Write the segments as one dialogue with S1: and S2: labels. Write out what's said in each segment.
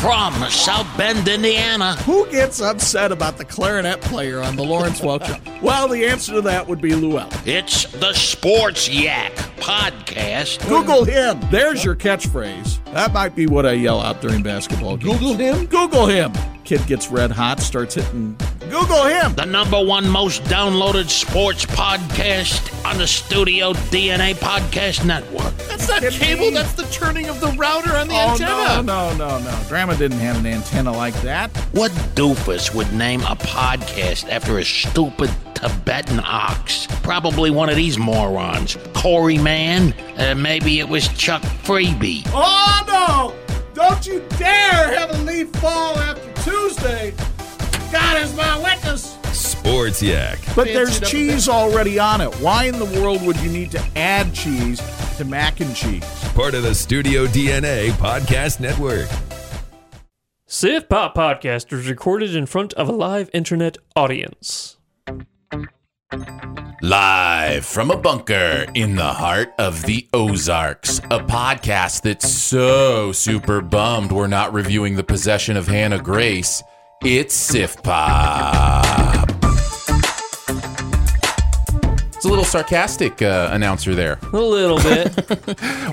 S1: From South Bend, Indiana,
S2: Who gets upset about the clarinet player on the Lawrence Welk show? Well, the answer to that would be Llewellyn.
S1: it's the Sports Yak Podcast.
S2: Google him. There's your catchphrase. That might be what I yell out during basketball games. Google him. Google him. Kid gets red hot, starts hitting. Google him.
S1: The number one most downloaded sports podcast on the Studio DNA Podcast Network.
S3: That's not cable. That's the turning of the router on the
S2: Oh no,
S3: antenna.
S2: no, no, no! Grandma didn't have an antenna like that.
S1: What doofus would name a podcast after a stupid Tibetan ox? Probably one of these morons. Corey Mann? Uh, maybe it was Chuck Freebie.
S2: Oh no! Don't you dare have a leaf fall after Tuesday. God is my witness.
S4: Sports Yak.
S2: But
S3: Fancy
S2: there's
S3: it up a
S2: cheese already on it. Why in the world would you need to add cheese to mac and cheese?
S4: Part of the Studio DNA Podcast Network.
S5: Civ Pop Podcast is recorded in front of a live internet audience.
S3: Live from a bunker in the heart of the Ozarks, a podcast that's so super bummed we're not reviewing the possession of Hannah Grace. It's Sif Pop. It's a little sarcastic uh, announcer there.
S5: A little bit.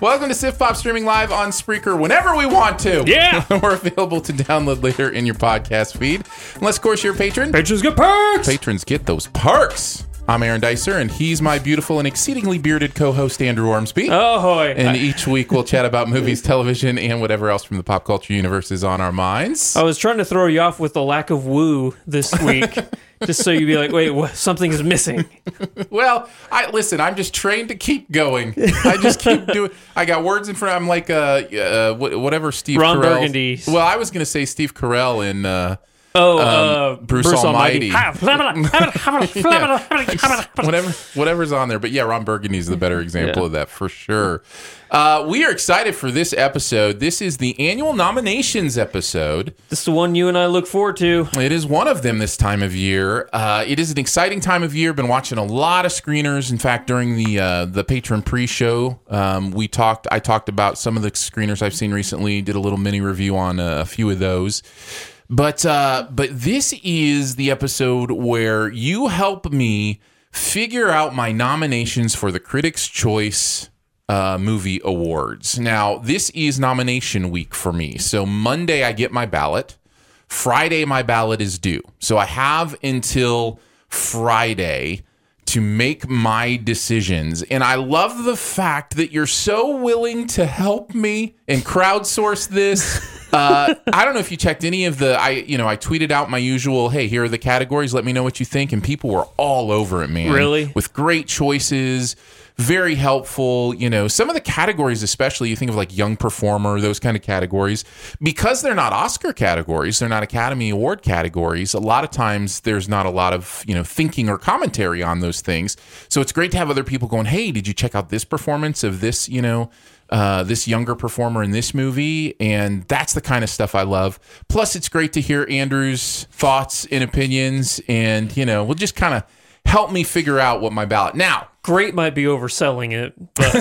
S3: Welcome to Sif Pop streaming live on Spreaker whenever we want to.
S5: Yeah.
S3: We're available to download later in your podcast feed. Unless, of course, you're a patron.
S5: Bitches get perks!
S3: Patrons get those perks. I'm Aaron Dicer, and he's my beautiful and exceedingly bearded co host, Andrew Ormsby.
S5: Oh, hoy.
S3: And each week we'll chat about movies, television, and whatever else from the pop culture universe is on our minds.
S5: I was trying to throw you off with the lack of woo this week, just so you'd be like, wait, what? something is missing.
S3: Well, I listen. I'm just trained to keep going. I just keep doing. I got words in front. I'm like uh, uh wh- whatever Steve
S5: Ron
S3: Carell-
S5: Burgundy.
S3: Well, I was gonna say Steve Carell in. Uh,
S5: Oh,
S3: Um,
S5: uh,
S3: Bruce Almighty.
S5: Ha, blah, blah, blah, blah, blah, blah, blah, blah, blah.
S3: whatever whatever's on there. But yeah, Ron Burgundy's the better example of that for sure. Uh, we are excited for this episode. This is the annual nominations episode.
S5: This is the one you and I look forward to.
S3: It is one of them this time of year. Uh, it is an exciting time of year. Been watching a lot of screeners. In fact, during the uh, the patron pre-show, um, we talked. I talked about some of the screeners I've seen recently. Did a little mini review on uh, a few of those. But uh, but this is the episode where you help me figure out my nominations for the Critics' Choice uh, Movie Awards. Now this is nomination week for me. So Monday I get my ballot. Friday, my ballot is due. So I have until Friday to make my decisions. And I love the fact that you're so willing to help me and crowdsource this. Uh, I don't know if you checked any of the I you know I tweeted out my usual hey here are the categories let me know what you think and people were all over it man
S5: Really?
S3: with great choices very helpful you know some of the categories especially you think of like young performer those kind of categories because they're not oscar categories they're not academy award categories a lot of times there's not a lot of you know thinking or commentary on those things so it's great to have other people going hey did you check out this performance of this you know uh, this younger performer in this movie, and that's the kind of stuff I love. Plus, it's great to hear Andrew's thoughts and opinions, and you know, will just kind of help me figure out what my ballot. Now,
S5: Great might be overselling it, but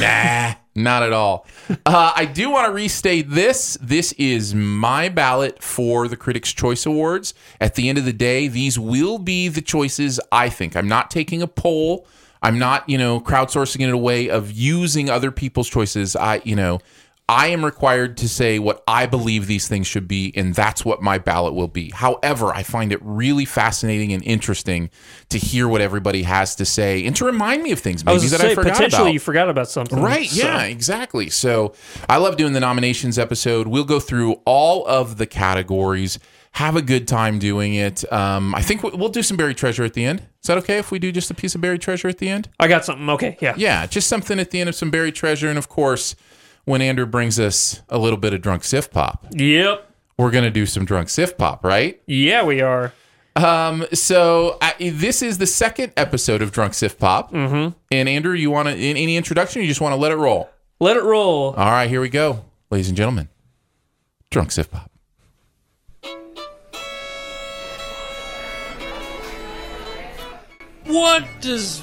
S3: nah, not at all. Uh, I do want to restate this. This is my ballot for the Critics' Choice Awards. At the end of the day, these will be the choices I think. I'm not taking a poll. I'm not, you know, crowdsourcing it away of using other people's choices. I, you know, I am required to say what I believe these things should be, and that's what my ballot will be. However, I find it really fascinating and interesting to hear what everybody has to say and to remind me of things
S5: I
S3: maybe
S5: was going to
S3: that
S5: say,
S3: I forgot
S5: potentially
S3: about.
S5: you forgot about something.
S3: Right.
S5: so-
S3: Yeah, exactly. So I love doing the nominations episode. We'll go through all of the categories. Have a good time doing it. Um, I think we- we'll do some buried treasure at the end. Is that okay if we do just a piece of buried treasure at the end?
S5: I got something. Okay. Yeah.
S3: Yeah, just something at the end of some buried treasure. And of course, when Andrew brings us a little bit of drunk sif pop,
S5: Yep.
S3: we're going to do some drunk sif pop, right?
S5: Yeah, we are.
S3: So I, this is the second episode of Drunk Sif Pop. Mm-hmm. And Andrew, you want to in, any introduction? Or you just want to let it roll.
S5: Let it roll.
S3: All right, here we go, ladies and gentlemen. Drunk Sif Pop.
S6: What does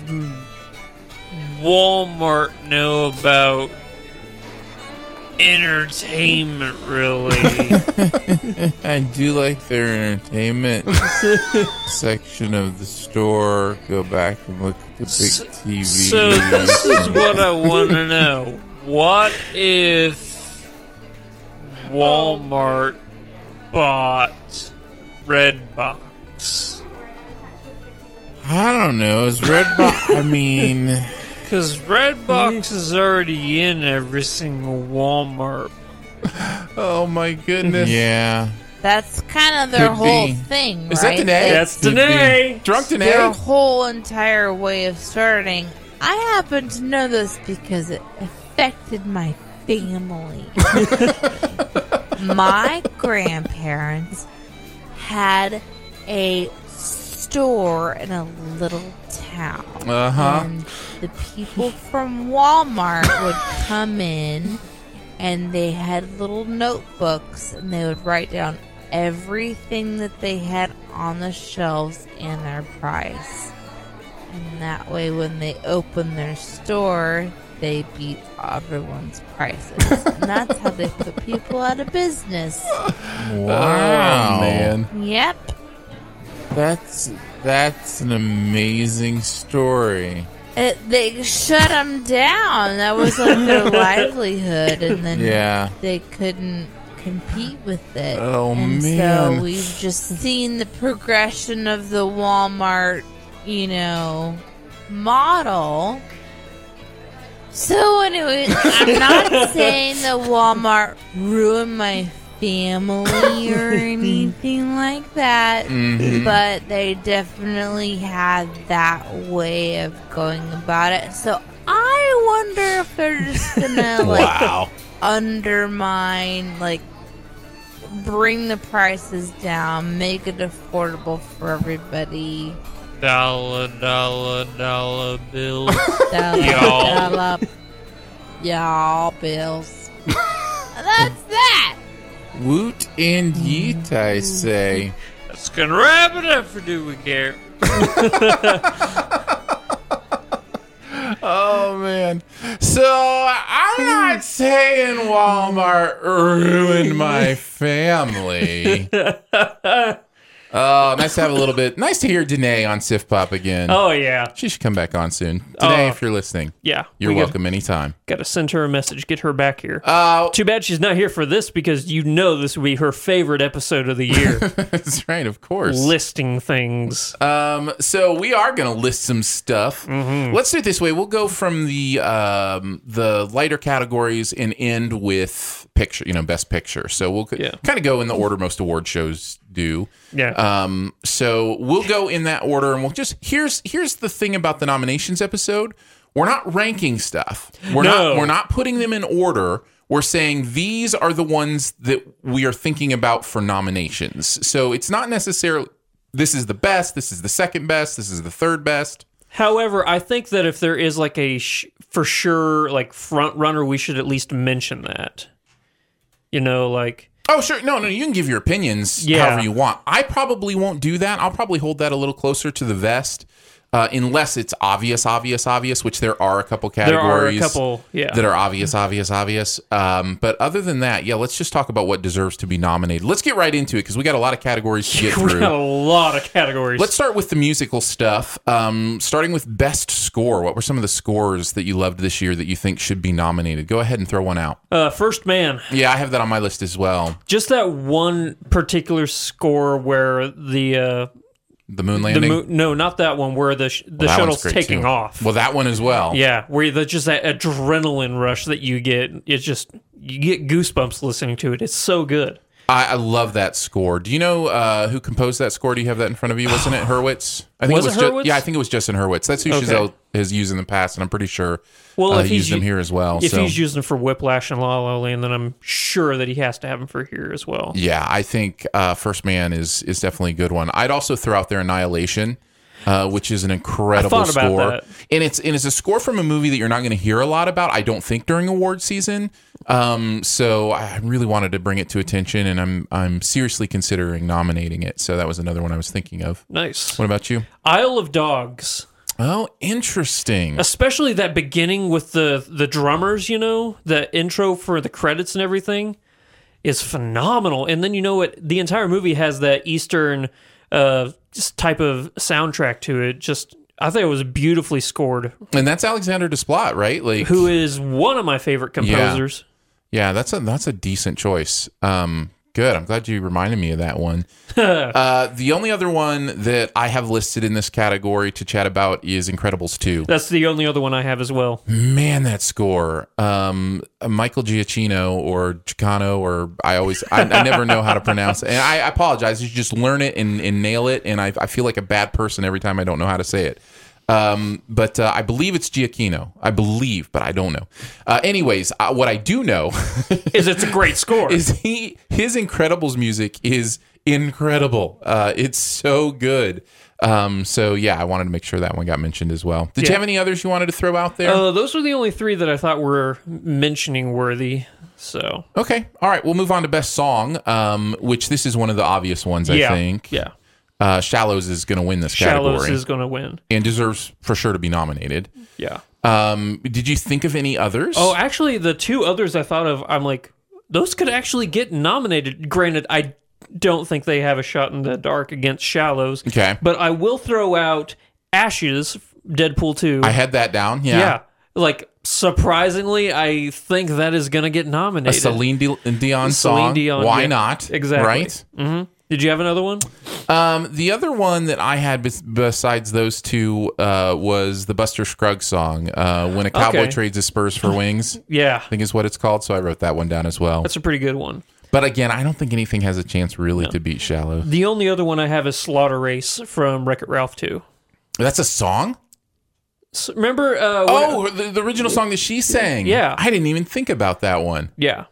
S6: Walmart know about entertainment, really?
S3: I do like their entertainment section of the store. Go back and look at the big TV.
S6: so, this is what I want to know. What if Walmart bought Redbox?
S3: I don't know. Is Redbox? I mean,
S6: Because Redbox is already in every single Walmart.
S3: oh my goodness. Yeah.
S7: That's kind of their
S3: Could
S7: whole
S3: be.
S7: thing,
S3: Is
S7: right?
S3: that Danae?
S5: That's Danae.
S3: Drunk
S7: It's Their
S3: Danae.
S7: whole entire way of starting. I happen to know this because it affected my family. my grandparents had a store in a little town.
S3: Uh huh.
S7: And the people from Walmart would come in and they had little notebooks and they would write down everything that they had on the shelves and their price. And that way, when they opened their store, they beat everyone's prices. and that's how they put people out of business.
S3: Wow, man.
S7: Yep.
S3: That's that's an amazing story.
S7: It, they shut them down. That was like their livelihood. And then
S3: Yeah.
S7: they couldn't compete with it.
S3: Oh,
S7: and
S3: man.
S7: So we've just seen the progression of the Walmart, you know, model. So anyway, I'm not saying that Walmart ruined my family or anything like that,
S3: Mm-hmm.
S7: but they definitely had that way of going about it. So I wonder if they're just gonna like
S3: Wow.
S7: undermine, like bring the prices down, make it affordable for everybody.
S6: Dollar, dollar, dollar bill.
S7: Dollar,
S6: Y'all.
S7: dollar, y'all bills. That's that.
S3: Woot and yeet, I say.
S6: That's gonna wrap it up for Do We Care.
S3: Oh man. So I'm not saying Walmart ruined my family. Oh, nice to have a little bit. Nice to hear Danae on Sif Pop again.
S5: Oh, yeah.
S3: She should come back on soon. Danae,
S5: Oh.
S3: if you're listening,
S5: Yeah.
S3: you're
S5: we
S3: welcome anytime.
S5: Got to send her a message. Get her back here.
S3: Uh,
S5: Too bad she's not here for this because you know this will be her favorite episode of the year.
S3: that's right, of course.
S5: listing things.
S3: Um, so we are going to list some stuff. Let's do it this way. We'll go from the um, the lighter categories and end with picture. You know, best picture. So we'll
S5: Yeah.
S3: kind of go in the order most award shows do.
S5: Yeah.
S3: Um, so we'll go in that order, and we'll just here's here's the thing about the nominations episode. We're not ranking stuff. We're
S5: No.
S3: not we're not putting them in order. We're saying these are the ones that we are thinking about for nominations. So it's not necessarily this is the best, this is the second best, this is the third best.
S5: However, I think that if there is like a sh- for sure like front runner, we should at least mention that. You know, like
S3: Oh sure, no, no, you can give your opinions
S5: Yeah.
S3: however you want. I probably won't do that. I'll probably hold that a little closer to the vest. uh, unless it's obvious, obvious, obvious, which there are a couple
S5: There are a
S3: categories
S5: couple, yeah.
S3: that are obvious, obvious, obvious. Um, but other than that, yeah, let's just talk about what deserves to be nominated. Let's get right into it because we got a lot of categories to get
S5: we
S3: through.
S5: got a lot of categories.
S3: Let's start with the musical stuff. Um, starting with best score. What were some of the scores that you loved this year that you think should be nominated? Go ahead and throw one out.
S5: uh, first man,
S3: Yeah, I have that on my list as well.
S5: just that one particular score where the uh,
S3: The moon
S5: the
S3: landing.
S5: mo- no, not that one where the sh-
S3: That
S5: the
S3: one's
S5: shuttle's
S3: great,
S5: taking
S3: too.
S5: off.
S3: Well, that one as well.
S5: yeah, where the, just that adrenaline rush that you get. It's just you get goosebumps listening to it. It's so good.
S3: I, I love that score. Do you know uh, who composed that score? Do you have that in front of you? Wasn't it Hurwitz? I think
S5: Was it
S3: Ju-
S5: Hurwitz?
S3: yeah, I think it was Justin Hurwitz. That's who
S5: Okay.
S3: Chazelle has used in the past, and I'm pretty sure
S5: Well,
S3: uh,
S5: if he's
S3: used them
S5: u-
S3: here as well.
S5: If
S3: so.
S5: he's using them for Whiplash and La La Land, then I'm sure that he has to have them for here as well.
S3: yeah, I think uh, First Man is is definitely a good one. I'd also throw out there Annihilation, uh, which is an incredible
S5: I thought about
S3: score,
S5: that.
S3: and it's and it's a score from a movie that you're not going to hear a lot about. I don't think during award season. Um, so I really wanted to bring it to attention, and I'm I'm seriously considering nominating it. So that was another one I was thinking of.
S5: Nice.
S3: What about you?
S5: Isle of Dogs,
S3: Oh, interesting.
S5: especially that beginning with the the drummers. You know, the intro for the credits and everything is phenomenal. And then you know what? The entire movie has that Eastern uh, just type of soundtrack to it. Just I think it was beautifully scored.
S3: And that's Alexander Desplat, right? Like
S5: Who is one of my favorite composers?
S3: Yeah, that's a that's a decent choice. Um, good. I'm glad you reminded me of that one. uh, the only other one that I have listed in this category to chat about is Incredibles 2.
S5: That's the only other one I have as well.
S3: Man, that score. Um, Michael Giacchino or Chicano or I always I, I never know how to pronounce it. And I, I apologize. You just learn it and, and nail it. And I, I feel like a bad person every time I don't know how to say it. Um, but uh, I believe it's Giacchino. I believe, but I don't know. Uh, anyways, uh, what I do know
S5: Is it's a great score?
S3: is he his Incredibles music is incredible. Uh, it's so good. Um, so yeah, I wanted to make sure that one got mentioned as well. Did you
S5: Yeah.
S3: have any others you wanted to throw out there?
S5: Uh, those were the only three that I thought were mentioning worthy. So
S3: okay, all right, we'll move on to best song, um, which this is one of the obvious ones, I
S5: yeah,
S3: think.
S5: yeah,
S3: Uh, Shallows is going to win this
S5: Shallows
S3: category
S5: is going to win.
S3: and deserves for sure to be nominated.
S5: Yeah.
S3: Um, did you think of any others?
S5: Oh, actually, the two others I thought of, I'm like, those could actually get nominated. Granted, I don't think they have a shot in the dark against Shallows.
S3: Okay.
S5: But I will throw out Ashes, Deadpool Two.
S3: I had that down. Yeah.
S5: yeah. Like surprisingly, I think that is going to get
S3: A
S5: nominated.
S3: Celine Di- Dion song.
S5: Dion,
S3: Why
S5: yeah.
S3: not?
S5: Exactly. Mm-hmm.
S3: Right.
S5: Did you have another one?
S3: Um, the other one that I had bes- besides those two uh, was the Buster Scruggs song, uh, "When a Cowboy
S5: Okay.
S3: Trades His Spurs for Wings." I
S5: Yeah,
S3: think is what it's called. So I wrote that one down as well.
S5: that's a pretty good one.
S3: But again, I don't think anything has a chance really to beat "Shallow."
S5: The only other one I have is Slaughter Race from Wreck It Ralph 2.
S3: That's a song.
S5: S- remember? Uh, when-
S3: Oh, the, the original song that she sang.
S5: Yeah.
S3: I didn't even think about that one.
S5: yeah.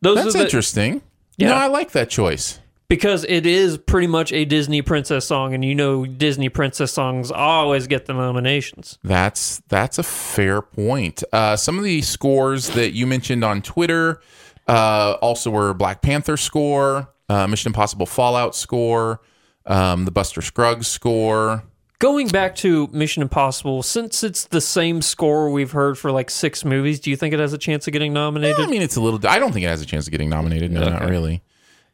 S5: Those
S3: That's
S5: are the,
S3: interesting.
S5: Yeah.
S3: No, I like that choice.
S5: Because it is pretty much a Disney princess song, and you know Disney princess songs always get the nominations.
S3: That's that's a fair point. Uh, some of the scores that you mentioned on Twitter uh, also were Black Panther score, uh, Mission Impossible Fallout score, um, the Buster Scruggs score.
S5: Going back to Mission Impossible, since it's the same score we've heard for like six movies, do you think it has a chance of getting nominated?
S3: I mean, it's a little. I don't think it has a chance of getting nominated. No, not really.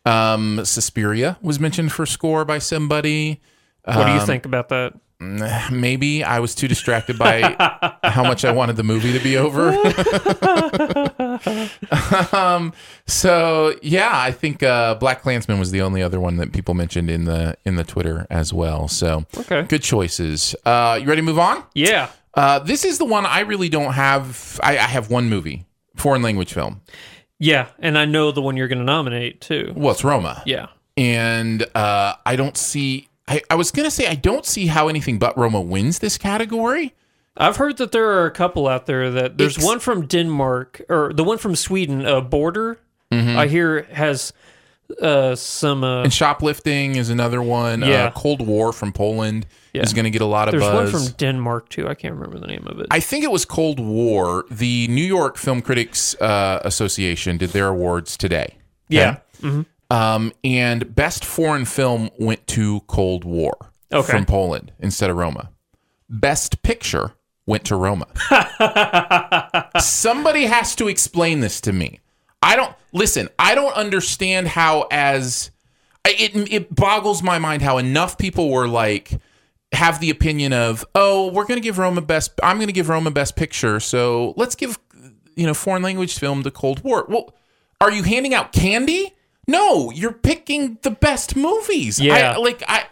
S3: Um, Suspiria was mentioned for score by somebody.
S5: what
S3: Um,
S5: do you think about that?
S3: Maybe I was too distracted by how much I wanted the movie to be over. um, so yeah, I think uh, Black Klansman was the only other one that people mentioned in the in the Twitter as well. So
S5: Okay.
S3: good choices. Uh, you ready to move on?
S5: Yeah.
S3: Uh, this is the one I really don't have. I, I have one movie, foreign language film.
S5: Yeah. And I know the one you're going to nominate, too.
S3: Well, it's Roma.
S5: Yeah.
S3: and uh, I don't see. I, I was gonna say I don't see how anything but Roma wins this category.
S5: I've heard that there are a couple out there that there's
S3: It's-
S5: one from Denmark or the one from Sweden, uh, Border. I hear has uh, some. Uh,
S3: Mm-hmm. And shoplifting is another one. Uh,
S5: Yeah.
S3: Cold War from Poland is going to get a lot of
S5: there's one
S3: buzz.
S5: from Denmark too. I can't remember the name of it.
S3: I think it was Cold War. The New York Film Critics uh, Association did their awards today.
S5: yeah,
S3: Um, and best foreign film went to Cold War
S5: Okay.
S3: from Poland instead of Roma. Best Picture went to Roma. Somebody has to explain this to me. I don't listen. I don't understand how as I- it it boggles my mind how enough people were like have the opinion of oh we're gonna give Roma best I'm gonna give Roma best picture so let's give you know foreign language film the Cold War. Well, are you handing out candy? No, you're picking the best movies.
S5: Yeah.
S3: I, like I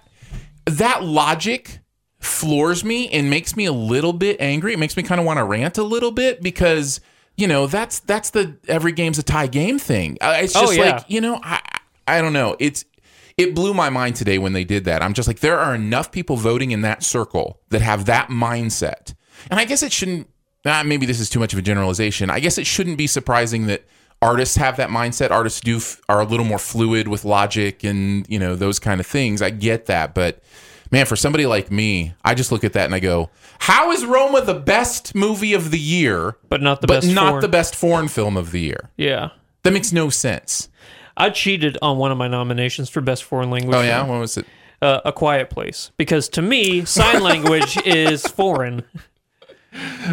S3: that logic floors me and makes me a little bit angry. It makes me kind of want to rant a little bit because you know that's that's the every game's a tie game thing. Uh, It's
S5: Oh,
S3: just
S5: yeah.
S3: like you know I I don't know. It's it blew my mind today when they did that. I'm just like there are enough people voting in that circle that have that mindset, and I guess it shouldn't. ah, maybe this is too much of a generalization. I guess it shouldn't be surprising that artists have that mindset. Artists do f- are a little more fluid with logic and you know those kind of things. I get that, but man, for somebody like me, I just look at that and I go, "How is Roma the best movie of the year,
S5: but not the
S3: but
S5: best.
S3: not
S5: foreign-
S3: the best foreign film of the year?"
S5: Yeah,
S3: That makes no sense.
S5: I cheated on one of my nominations for best foreign language.
S3: Oh yeah,
S5: film,
S3: what was it?
S5: uh, A Quiet Place, because to me, sign language is foreign.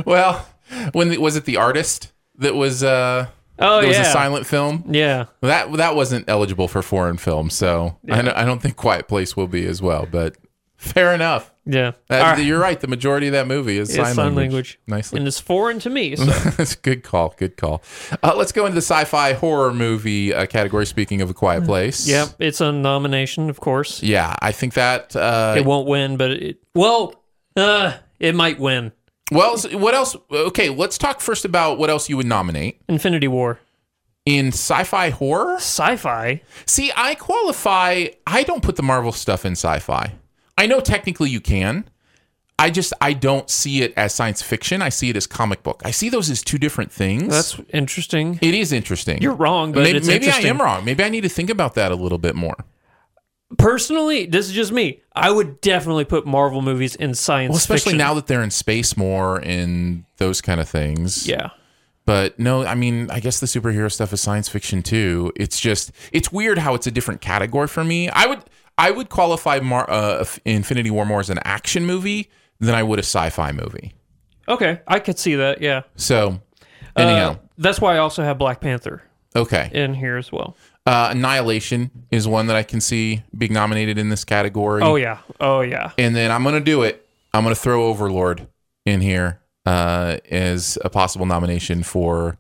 S3: Well, when the, was it the artist that was uh
S5: Oh
S3: that was
S5: yeah,
S3: a silent film?
S5: yeah.
S3: That that wasn't eligible for foreign film, so I, don't, I don't think Quiet Place will be as well. But fair enough.
S5: Yeah.
S3: That-
S5: All right.
S3: You're right. The majority of that movie is
S5: It's
S3: sign,
S5: Ah. sign language.
S3: Nicely.
S5: And it's foreign to me. So.
S3: That's a good call. Good call. Uh, let's go into the sci-fi horror movie uh, category. Speaking of a Quiet Place,
S5: Mm. yep. It's a nomination, of course.
S3: yeah, I think that. Uh,
S5: It won't win, but it well, uh, it might win.
S3: well, so what else? Okay, let's talk first about what else you would nominate
S5: Infinity War,
S3: in sci-fi horror.
S5: sci-fi.
S3: See, I qualify. I don't put the Marvel stuff in sci-fi. I know technically you can. I just I don't see it as science fiction. I see it as comic book. I see those as two different things.
S5: That's interesting.
S3: it is interesting.
S5: You're wrong, but
S3: maybe,
S5: it's
S3: maybe I
S5: interesting.
S3: am wrong. Maybe I need to think about that a little bit more.
S5: Personally, this is just me. I would definitely put Marvel movies in science
S3: Well, especially
S5: fiction.
S3: now that they're in space more and those kind of things.
S5: Yeah.
S3: But no, I mean, I guess the superhero stuff is science fiction too. It's just it's weird how it's a different category for me. I would I would qualify Mar- uh, Infinity War more as an action movie than I would a sci-fi movie.
S5: Okay, I could see that. Yeah.
S3: So
S5: Uh,
S3: anyhow,
S5: that's why I also have Black Panther
S3: okay.
S5: in here as well.
S3: Uh, Annihilation is one that I can see being nominated in this category.
S5: Oh yeah. Oh yeah.
S3: and then I'm gonna do it. I'm gonna throw Overlord in here uh, as a possible nomination for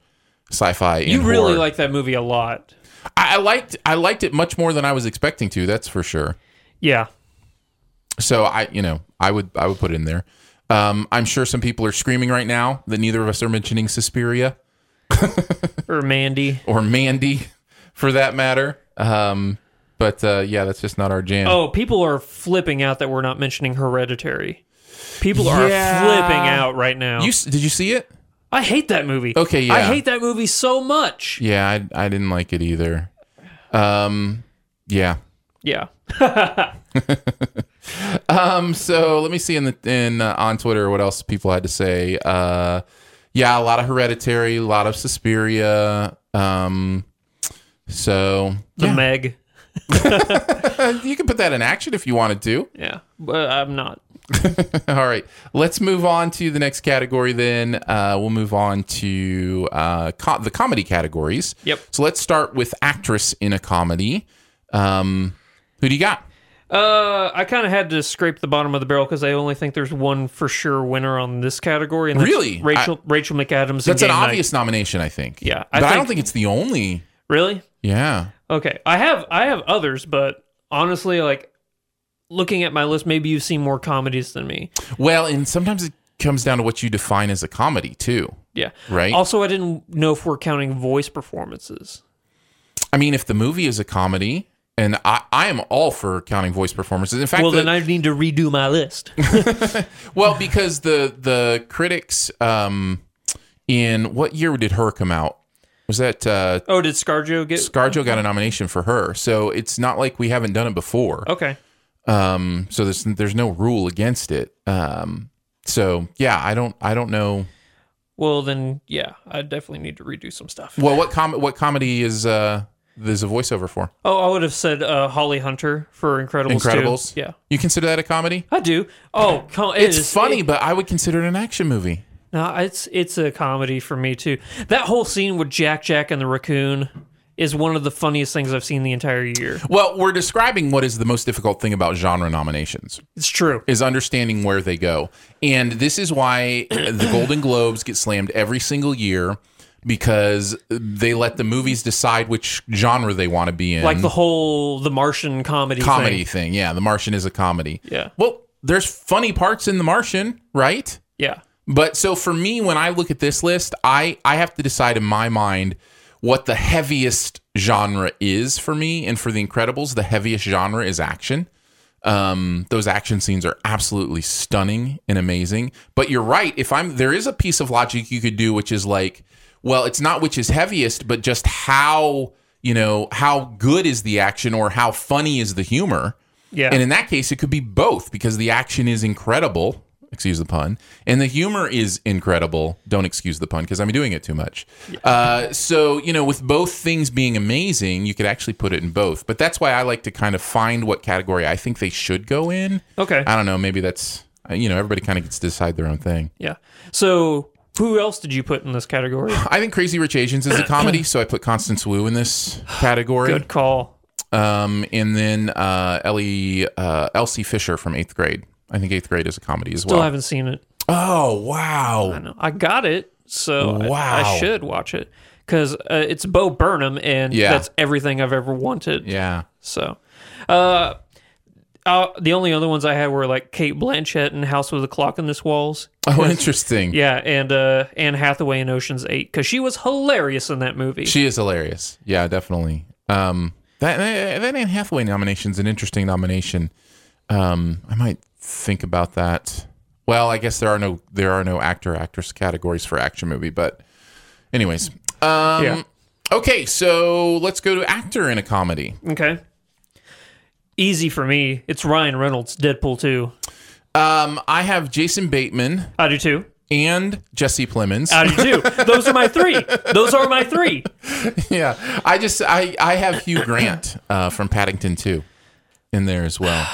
S3: sci-fi. And
S5: You really
S3: horror.
S5: like that movie a lot.
S3: I, I liked. I liked it much more than I was expecting to. That's for sure.
S5: Yeah.
S3: So I, you know, I would. I would put it in there. Um, I'm sure some people are screaming right now that neither of us are mentioning Suspiria
S5: Or Mandy.
S3: or Mandy, for that matter. Um, but uh, yeah, that's just not our jam.
S5: Oh, people are flipping out that we're not mentioning Hereditary. People are
S3: Yeah.
S5: flipping out right now.
S3: you s- did you see it?
S5: I hate that movie.
S3: Okay, yeah.
S5: I hate that movie so much.
S3: Yeah, I, I didn't like it either. Um, yeah,
S5: Yeah.
S3: Um, so let me see in the in uh, on Twitter what else people had to say. Uh, yeah, a lot of Hereditary, a lot of Suspiria. Um, so
S5: The
S3: yeah.
S5: Meg.
S3: you can put that in action if you wanted to.
S5: Yeah. But I'm not.
S3: All right, let's move on to the next category. Then uh, we'll move on to uh, co- the comedy categories.
S5: Yep.
S3: So let's start with actress in a comedy. Um, who do you got?
S5: Uh, I kind of had to scrape the bottom of the barrel because I only think there's one for sure winner on this category. And that's
S3: Really?
S5: Rachel Rachel McAdams. in
S3: That's an
S5: Game Night.
S3: obvious nomination, I think.
S5: Yeah, I
S3: but I don't
S5: think-
S3: think it's the only.
S5: Really?
S3: Yeah.
S5: Okay. I have I have others, but honestly, like looking at my list, maybe you've seen more comedies than me.
S3: Well, and sometimes it comes down to what you define as a comedy too,
S5: Yeah.
S3: right?
S5: Also, I didn't know if we're counting voice performances.
S3: I mean, if the movie is a comedy, and I, I am all for counting voice performances. In fact,
S5: well,
S3: the-
S5: then I need to redo my list.
S3: well because the the critics um, in what year did her come out? Was that uh,
S5: oh, did ScarJo get?
S3: ScarJo got a nomination for her? So it's not like we haven't done it before.
S5: okay.
S3: Um, so there's there's no rule against it. Um, so yeah, I don't I don't know.
S5: Well, then yeah, I definitely need to redo some stuff.
S3: Well, what com- what comedy is uh, there's a voiceover for.
S5: Oh, I would have said uh, Holly Hunter for Incredibles. too.
S3: Incredibles.
S5: Yeah,
S3: You consider that a comedy?
S5: I do. Oh, com- it
S3: It's
S5: is-
S3: funny,
S5: it-
S3: but I would consider it an action movie.
S5: no, it's it's a comedy for me too. That whole scene with Jack Jack and the raccoon is one of the funniest things I've seen the entire year.
S3: Well, we're describing what is the most difficult thing about genre nominations
S5: It's true.
S3: is understanding where they go. And this is why the Golden Globes get slammed every single year because they let the movies decide which genre they want to be in.
S5: Like the whole the Martian comedy
S3: comedy
S5: Thing.
S3: thing. Yeah, The Martian is a comedy.
S5: Yeah.
S3: Well, there's funny parts in The Martian, right?
S5: Yeah.
S3: But so for me, when I look at this list, I I have to decide in my mind what the heaviest genre is for me, and for The Incredibles, the heaviest genre is action. Um, those action scenes are absolutely stunning and amazing. But you're right. If I'm there is a piece of logic you could do, which is like, well, it's not which is heaviest, but just how you know how good is the action or how funny is the humor.
S5: Yeah.
S3: And in that case, it could be both because the action is incredible. Excuse the pun. And the humor is incredible. Don't excuse the pun because I'm doing it too much. Uh, so, you know, with both things being amazing, you could actually put it in both. But that's why I like to kind of find what category I think they should go in.
S5: Okay.
S3: I don't know. Maybe that's, uh, you know, everybody kind of gets to decide their own thing.
S5: Yeah. So who else did you put in this category?
S3: I think Crazy Rich Asians is a comedy. so I put Constance Wu in this category.
S5: Good call.
S3: Um, and then uh, Ellie, uh, Elsie Fisher from eighth grade. I think eighth grade is a comedy as
S5: Still
S3: well.
S5: haven't seen it.
S3: Oh wow!
S5: No, I got it. So I- I,
S3: Wow.
S5: should watch it because uh, it's Bo Burnham, and
S3: Yeah.
S5: that's everything I've ever wanted.
S3: Yeah,
S5: So, uh, uh, the only other ones I had were like Kate Blanchett in House with a Clock in This Walls.
S3: Oh, interesting.
S5: Yeah, and uh, Anne Hathaway in Ocean's Eight because she was hilarious in that movie.
S3: She is hilarious. Yeah, definitely. Um, that that Anne Hathaway nomination is an interesting nomination. Um, I might think about that. Well, I guess there are no there are no actor actress categories for action movie, but anyways. Um,
S5: Yeah.
S3: Okay, so let's go to actor in a comedy.
S5: okay. Easy for me. It's Ryan Reynolds, Deadpool 2.
S3: Um, I have Jason Bateman
S5: I do too.
S3: and Jesse Plemons.
S5: I do too. Those are my three. Those are my three.
S3: yeah, I just I I have Hugh Grant uh, from Paddington too in there as well.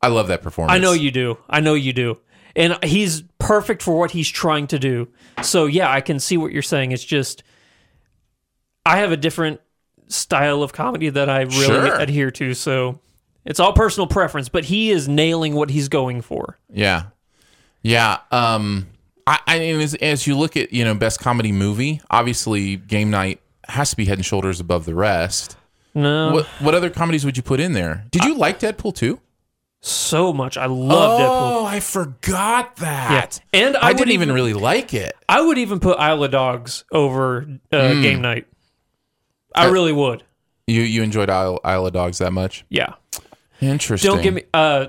S3: I love that performance.
S5: I know you do. I know you do. And he's perfect for what he's trying to do. So yeah, I can see what you're saying. It's just I have a different style of comedy that I really
S3: Sure.
S5: adhere to, so it's all personal preference, but he is nailing what he's going for.
S3: Yeah, yeah. Um, I, I mean, as, as you look at you know best comedy movie, obviously Game Night has to be head and shoulders above the rest.
S5: No,
S3: What what other comedies would you put in there? Did you like Deadpool too?
S5: so much. I love Deadpool.
S3: I forgot that.
S5: Yeah. And I
S3: Oh, I,
S5: would
S3: didn't even
S5: even-
S3: really like it.
S5: I would even put Isle of Dogs over uh,
S3: Hmm.
S5: Game Night. I
S3: Uh,
S5: really would.
S3: You you enjoyed Isle, Isle of Dogs that much?
S5: Yeah.
S3: Interesting.
S5: Don't give me. Uh,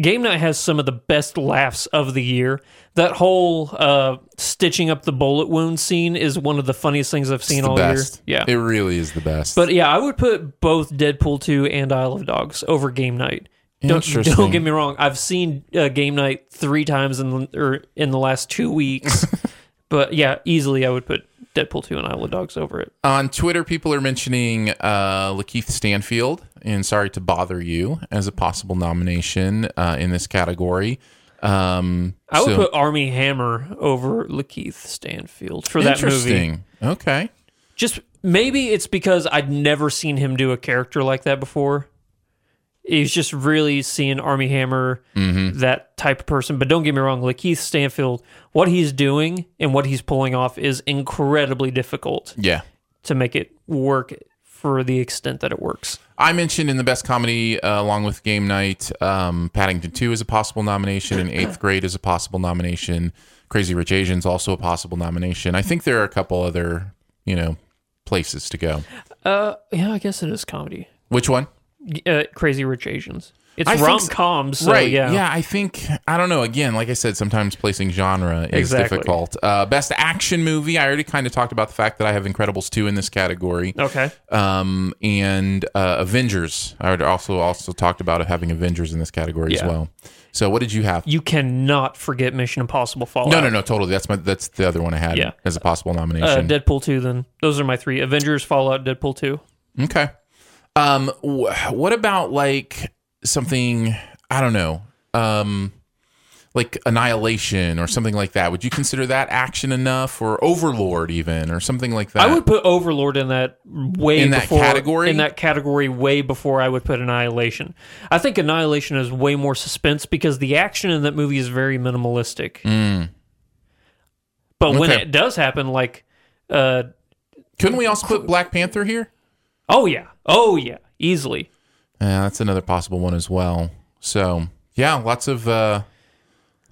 S5: Game night has some of the best laughs of the year. That whole uh, stitching up the bullet wound scene is one of the funniest things I've seen
S3: It's the
S5: all
S3: best.
S5: year. Yeah,
S3: it really is the best.
S5: but yeah, I would put both Deadpool two and Isle of Dogs over Game Night. Don't,
S3: Interesting.
S5: don't get me wrong. I've seen uh, Game Night three times in the, or in the last two weeks, but yeah, easily I would put Deadpool two and Isle of Dogs over it.
S3: On Twitter, people are mentioning uh, Lakeith Stanfield and Sorry to Bother You as a possible nomination uh, in this category. Um,
S5: I would
S3: so-
S5: put Army Hammer over Lakeith Stanfield for that movie.
S3: interesting. Okay.
S5: just maybe it's because I'd never seen him do a character like that before. He's just really seeing Army Hammer,
S3: Mm-hmm.
S5: that type of person. But don't get me wrong, Lakeith Stanfield, what he's doing and what he's pulling off is incredibly difficult
S3: Yeah.
S5: to make it work for the extent that it works.
S3: I mentioned in the best comedy, uh, along with Game Night, um, Paddington 2 is a possible nomination, and Eighth Grade is a possible nomination. Crazy Rich Asians also a possible nomination. I think there are a couple other, you know, places to go.
S5: Uh, yeah, I guess it is comedy.
S3: Which one?
S5: Uh, Crazy Rich Asians. It's
S3: I think
S5: rom
S3: so.
S5: com, so,
S3: right.
S5: yeah.
S3: Yeah. I think I don't know. Again, like I said, sometimes placing genre is
S5: Exactly.
S3: difficult. Uh, best action movie. I already kind of talked about the fact that I have Incredibles two in this category.
S5: Okay.
S3: Um, and uh, Avengers. I would also also talked about having Avengers in this category as
S5: Yeah.
S3: well. So what did you have?
S5: You cannot forget Mission Impossible Fallout.
S3: No, no, no, totally. That's my that's the other one I had
S5: Yeah.
S3: as a possible
S5: Uh,
S3: nomination.
S5: Deadpool 2, then. Those are my three Avengers, Fallout, Deadpool 2.
S3: okay. Um wh- what about like something I don't know. Um like Annihilation or something like that. Would you consider that action enough or Overlord even or something like that?
S5: I would put Overlord in that way
S3: Uh, In that
S5: before,
S3: category?
S5: In that category, way before I would put Annihilation. I think Annihilation is way more suspense because the action in that movie is very minimalistic. But when
S3: Mm. Okay.
S5: it does happen, like, uh,
S3: Couldn't we also put Black Panther here?
S5: oh yeah, oh yeah, easily.
S3: Yeah, that's another possible one as well. So yeah, lots of uh,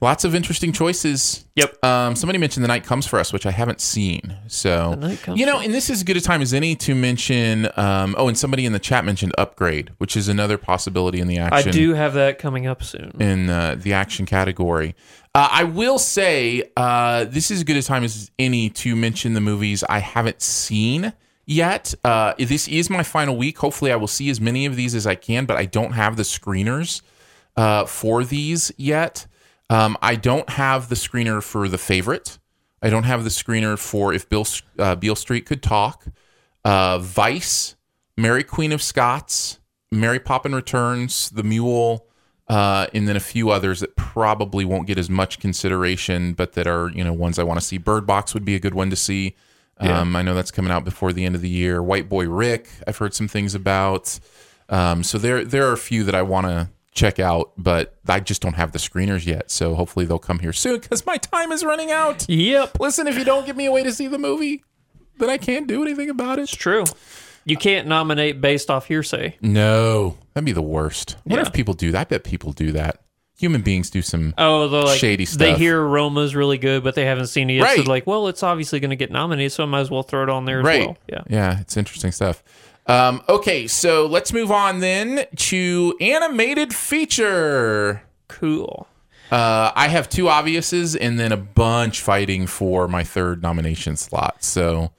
S3: lots of interesting choices.
S5: Yep.
S3: Um, somebody mentioned the night comes for us, which I haven't seen. So
S5: Night Comes
S3: you know, and this is as good a time as any to mention. Um, oh, and somebody in the chat mentioned upgrade, which is another possibility in the
S5: I
S3: action
S5: do have that coming up soon.
S3: in uh, the action category. Uh, I will say uh, this is as good a time as any to mention the movies I haven't seen yet. Uh, this is my final week. Hopefully, I will see as many of these as I can, but I don't have the screeners uh, for these yet. Um, I don't have the screener for The Favorite. I don't have the screener for If Bill uh, Beale Street Could Talk, uh, Vice, Mary Queen of Scots, Mary Poppin Returns, The Mule, uh, and then a few others that probably won't get as much consideration, but that are you know ones I want to see. Bird Box would be a good one to see. Um, I know that's coming out before the end of the year. White Boy Rick, I've heard some things about. Um, so there there are a few that I want to check out, but I just don't have the screeners yet. So hopefully they'll come here soon because my time is running out.
S5: Yep,
S3: Listen, if you don't give me a way to see the movie, then I can't do anything about it.
S5: it's true. You can't nominate based off hearsay.
S3: No, that'd be the worst. I wonder
S5: Yeah.
S3: if people do that. I bet people do that. Human beings do some.
S5: Oh, they're like
S3: Shady
S5: They
S3: stuff.
S5: hear Roma's really good, but they haven't seen it yet. So
S3: Right.
S5: they're like, well, it's obviously going to get nominated, so I might as well throw it on there as well. Yeah.
S3: Yeah, it's interesting stuff. Um, okay, so let's move on then to animated feature.
S5: Cool.
S3: Uh, I have two obviouses and then a bunch fighting for my third nomination slot. So,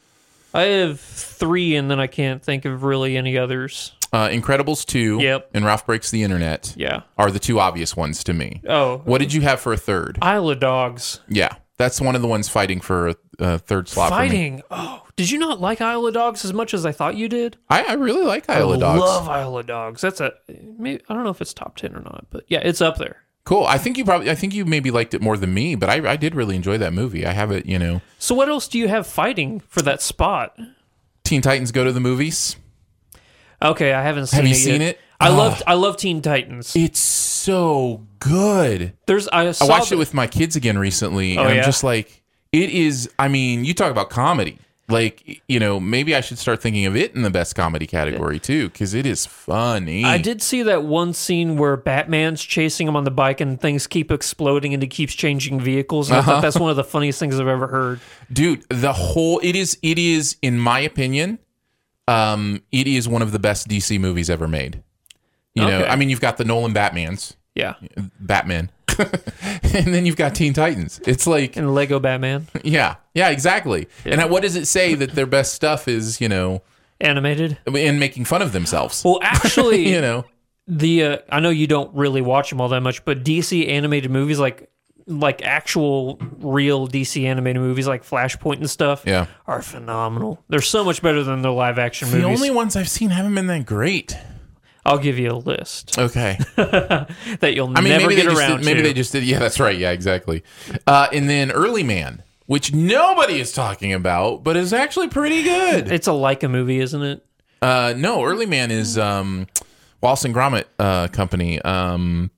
S5: I have three, and then I can't think of really any others.
S3: uh, Incredibles 2
S5: Yep.
S3: and Ralph Breaks the Internet
S5: Yeah.
S3: are the two obvious ones to me.
S5: Oh,
S3: What did you have for a third?
S5: Isle of Dogs.
S3: yeah, that's one of the ones fighting for a, a third slot. for me.
S5: Fighting. Oh, did you not like Isle of Dogs as much as I thought you did?
S3: I, I really like Isle
S5: I
S3: of Dogs.
S5: love Isle of Dogs. That's a. Maybe, I don't know if it's top ten or not, but yeah, it's up there.
S3: Cool. I think you probably, I think you maybe liked it more than me, but I, I did really enjoy that movie. I have it, you know.
S5: So what else do you have fighting for that spot?
S3: Teen Titans go to the movies.
S5: Okay, I haven't seen.
S3: Have you
S5: it yet.
S3: seen it? Oh.
S5: I
S3: Ugh.
S5: loved. I love Teen Titans.
S3: It's so good.
S5: There's. I,
S3: I
S5: saw
S3: watched
S5: the-
S3: it with my kids again recently,
S5: Oh,
S3: and I'm
S5: yeah?
S3: just like, it is. I mean, you talk about comedy. Like, you know, maybe I should start thinking of it in the best comedy category too, because it is funny.
S5: I did see that one scene where Batman's chasing him on the bike and things keep exploding and he keeps changing vehicles. And I thought that's one of the funniest things I've ever heard.
S3: dude. The whole it is. It is, in my opinion, um, it is one of the best DC movies ever made. You know,
S5: Okay.
S3: I mean, you've got the Nolan Batman's
S5: Yeah.
S3: Batman, and then you've got Teen Titans. It's like
S5: And Lego Batman
S3: Yeah, yeah, exactly. And what does it say that their best stuff is, you know,
S5: animated.
S3: in making fun of themselves?
S5: Well, actually,
S3: you know,
S5: the uh, I know you don't really watch them all that much, but DC animated movies like like actual real DC animated movies like Flashpoint and stuff
S3: Yeah.
S5: are phenomenal. They're so much better than their live action
S3: the
S5: movies.
S3: only ones I've seen haven't been that great.
S5: I'll give you a list
S3: Okay,
S5: that you'll
S3: I mean,
S5: never
S3: maybe
S5: get
S3: they just
S5: around
S3: did, maybe
S5: to.
S3: they just did. Yeah, that's right. Yeah, exactly. Uh, and then Early Man, which nobody is talking about, but is actually pretty good.
S5: it's a Leica movie, isn't it?
S3: Uh, no, Early Man is um, Wallace and Gromit uh, company. Um,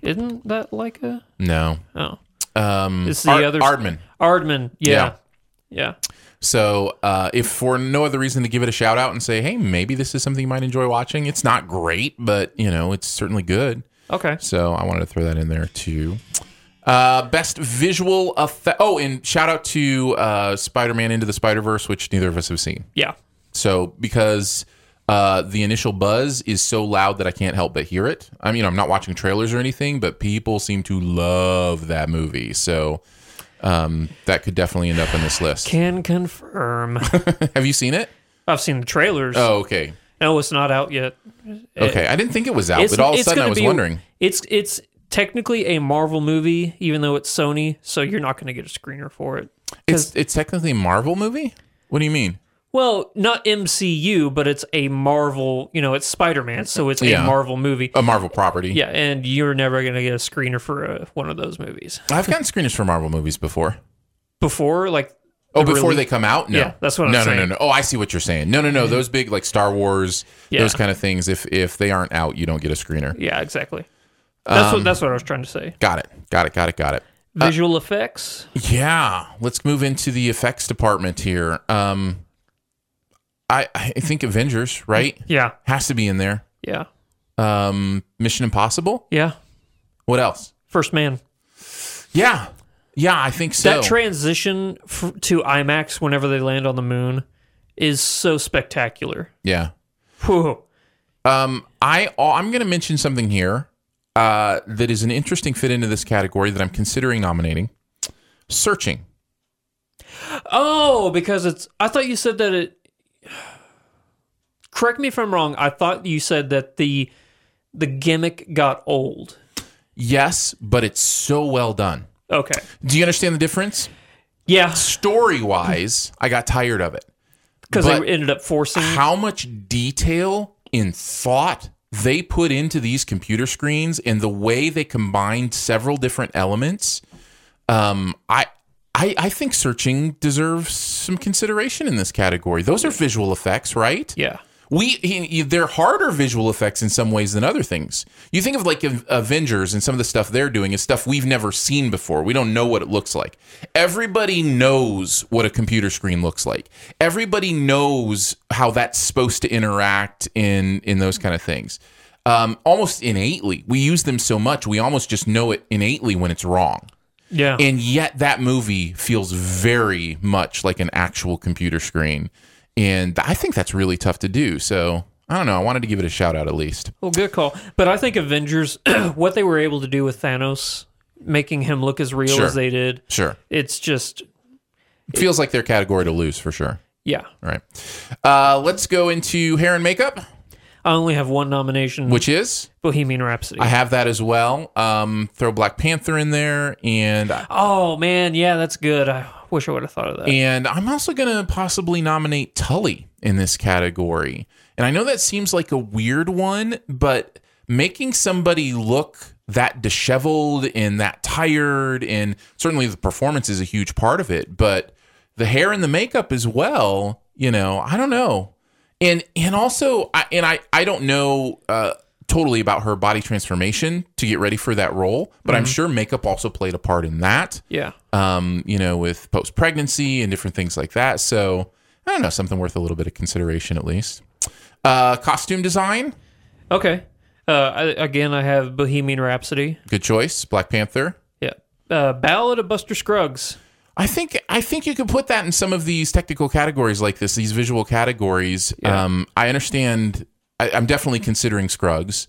S5: Isn't that Leica?
S3: no,
S5: Oh.
S3: um,
S5: It's the
S3: Ar-
S5: other-
S3: Aardman.
S5: Ardman, yeah. yeah.
S3: So, uh, if for no other reason to give it a shout out and say, hey, maybe this is something you might enjoy watching. It's not great, but you know, it's certainly good.
S5: Okay.
S3: So, I wanted to throw that in there too. Uh, best visual effect. Oh, and shout out to uh, Spider Man Into the Spider Verse, which neither of us have seen.
S5: Yeah.
S3: So, because uh, the initial buzz is so loud that I can't help but hear it. I mean, I'm not watching trailers or anything, but people seem to love that movie. So, um, that could definitely end up in this list.
S5: Can confirm.
S3: have you seen it?
S5: I've seen the trailers.
S3: Oh, okay.
S5: No, it's not out yet.
S3: Okay. I didn't think it was out,
S5: It's,
S3: Oh, but all of a
S5: it's
S3: sudden I
S5: gonna
S3: was
S5: be-
S3: wondering.
S5: It's it's technically a Marvel movie, even though it's Sony, so you're not going to get a screener for it.
S3: It's it's technically a Marvel movie. What do you mean?
S5: Well, not MCU, but it's a Marvel. You know, it's Spider Man, so it's
S3: Yeah. Oh.
S5: a Marvel movie.
S3: A Marvel property.
S5: yeah, and you're never going to get a screener for uh one of those movies
S3: I've gotten screeners for Marvel movies before.
S5: before, like
S3: Oh,
S5: the
S3: before
S5: rele-
S3: they come out? No.
S5: Yeah, that's what I'm
S3: no, no, No,
S5: saying. Mm-hmm.
S3: no, Oh, I see what you're saying. No, no, no. Those big like Star Wars,
S5: Yeah.
S3: those kind of things. If if they aren't out, you don't get a screener.
S5: Yeah, exactly. That's
S3: Um,
S5: what that's what I was trying to say.
S3: Got it. Got it. Got it. Got it.
S5: Visual effects.
S3: Yeah, let's move into the effects department here. Um, I I think Avengers right
S5: Yeah,
S3: has to be in there.
S5: yeah,
S3: Um, Mission Impossible.
S5: yeah.
S3: What else?
S5: First man.
S3: Yeah, yeah, I think so.
S5: That transition f- to IMAX whenever they land on the moon is so spectacular.
S3: yeah.
S5: Whoa.
S3: Um, I I'm going to mention something here uh, that is an interesting fit into this category that I'm considering nominating. Searching.
S5: Oh, because it's. I thought you said that it. Correct me if I'm wrong. I thought you said that the the gimmick got old.
S3: Yes, but it's so well done.
S5: Okay.
S3: Do you understand the difference?
S5: Yeah,
S3: Story wise, I got tired of it.
S5: because they
S3: but-
S5: ended up forcing.
S3: How much detail and thought they put into these computer screens and the way they combined several different elements. Um, I. I, I think searching deserves some consideration in this category. Those are visual effects, right?
S5: yeah.
S3: we he, he- they're harder visual effects in some ways than other things. You think of like Av- Avengers and some of the stuff they're doing is stuff we've never seen before. We don't know what it looks like. Everybody knows what a computer screen looks like. Everybody knows how that's supposed to interact in in those kind of things. Um, almost innately, we use them so much we almost just know it innately when it's wrong.
S5: Yeah.
S3: And yet that movie feels very much like an actual computer screen. And I think that's really tough to do. So I don't know. I wanted to give it a shout out at least.
S5: Well, good call. But I think Avengers, what they were able to do with Thanos, making him look as real
S3: Sure.
S5: as they did,
S3: Sure.
S5: it's just,
S3: It feels like their category to lose for sure.
S5: yeah.
S3: All right. Uh, let's go into hair and makeup,
S5: I only have one nomination,
S3: which is
S5: Bohemian Rhapsody.
S3: I have that as well. Um, throw Black Panther in there, and
S5: oh, man. Yeah, that's good. I wish I would have thought of that.
S3: And I'm also going to possibly nominate Tully in this category. And I know that seems like a weird one, but making somebody look that disheveled and that tired, and certainly the performance is a huge part of it, but the hair and the makeup as well, you know, I don't know. And and also, I, and I I don't know uh, totally about her body transformation to get ready for that role, but I'm sure makeup also played a part in that
S5: yeah.
S3: um, you know, with post pregnancy and different things like that. So I don't know, something worth a little bit of consideration at least. Uh, costume design,
S5: Okay. Uh, I, again, I have Bohemian Rhapsody.
S3: good choice. Black Panther.
S5: Yeah. Uh, Ballad of Buster Scruggs.
S3: I think I think you could put that in some of these technical categories like this, these visual categories. Um, I understand. I, I'm definitely considering Scruggs.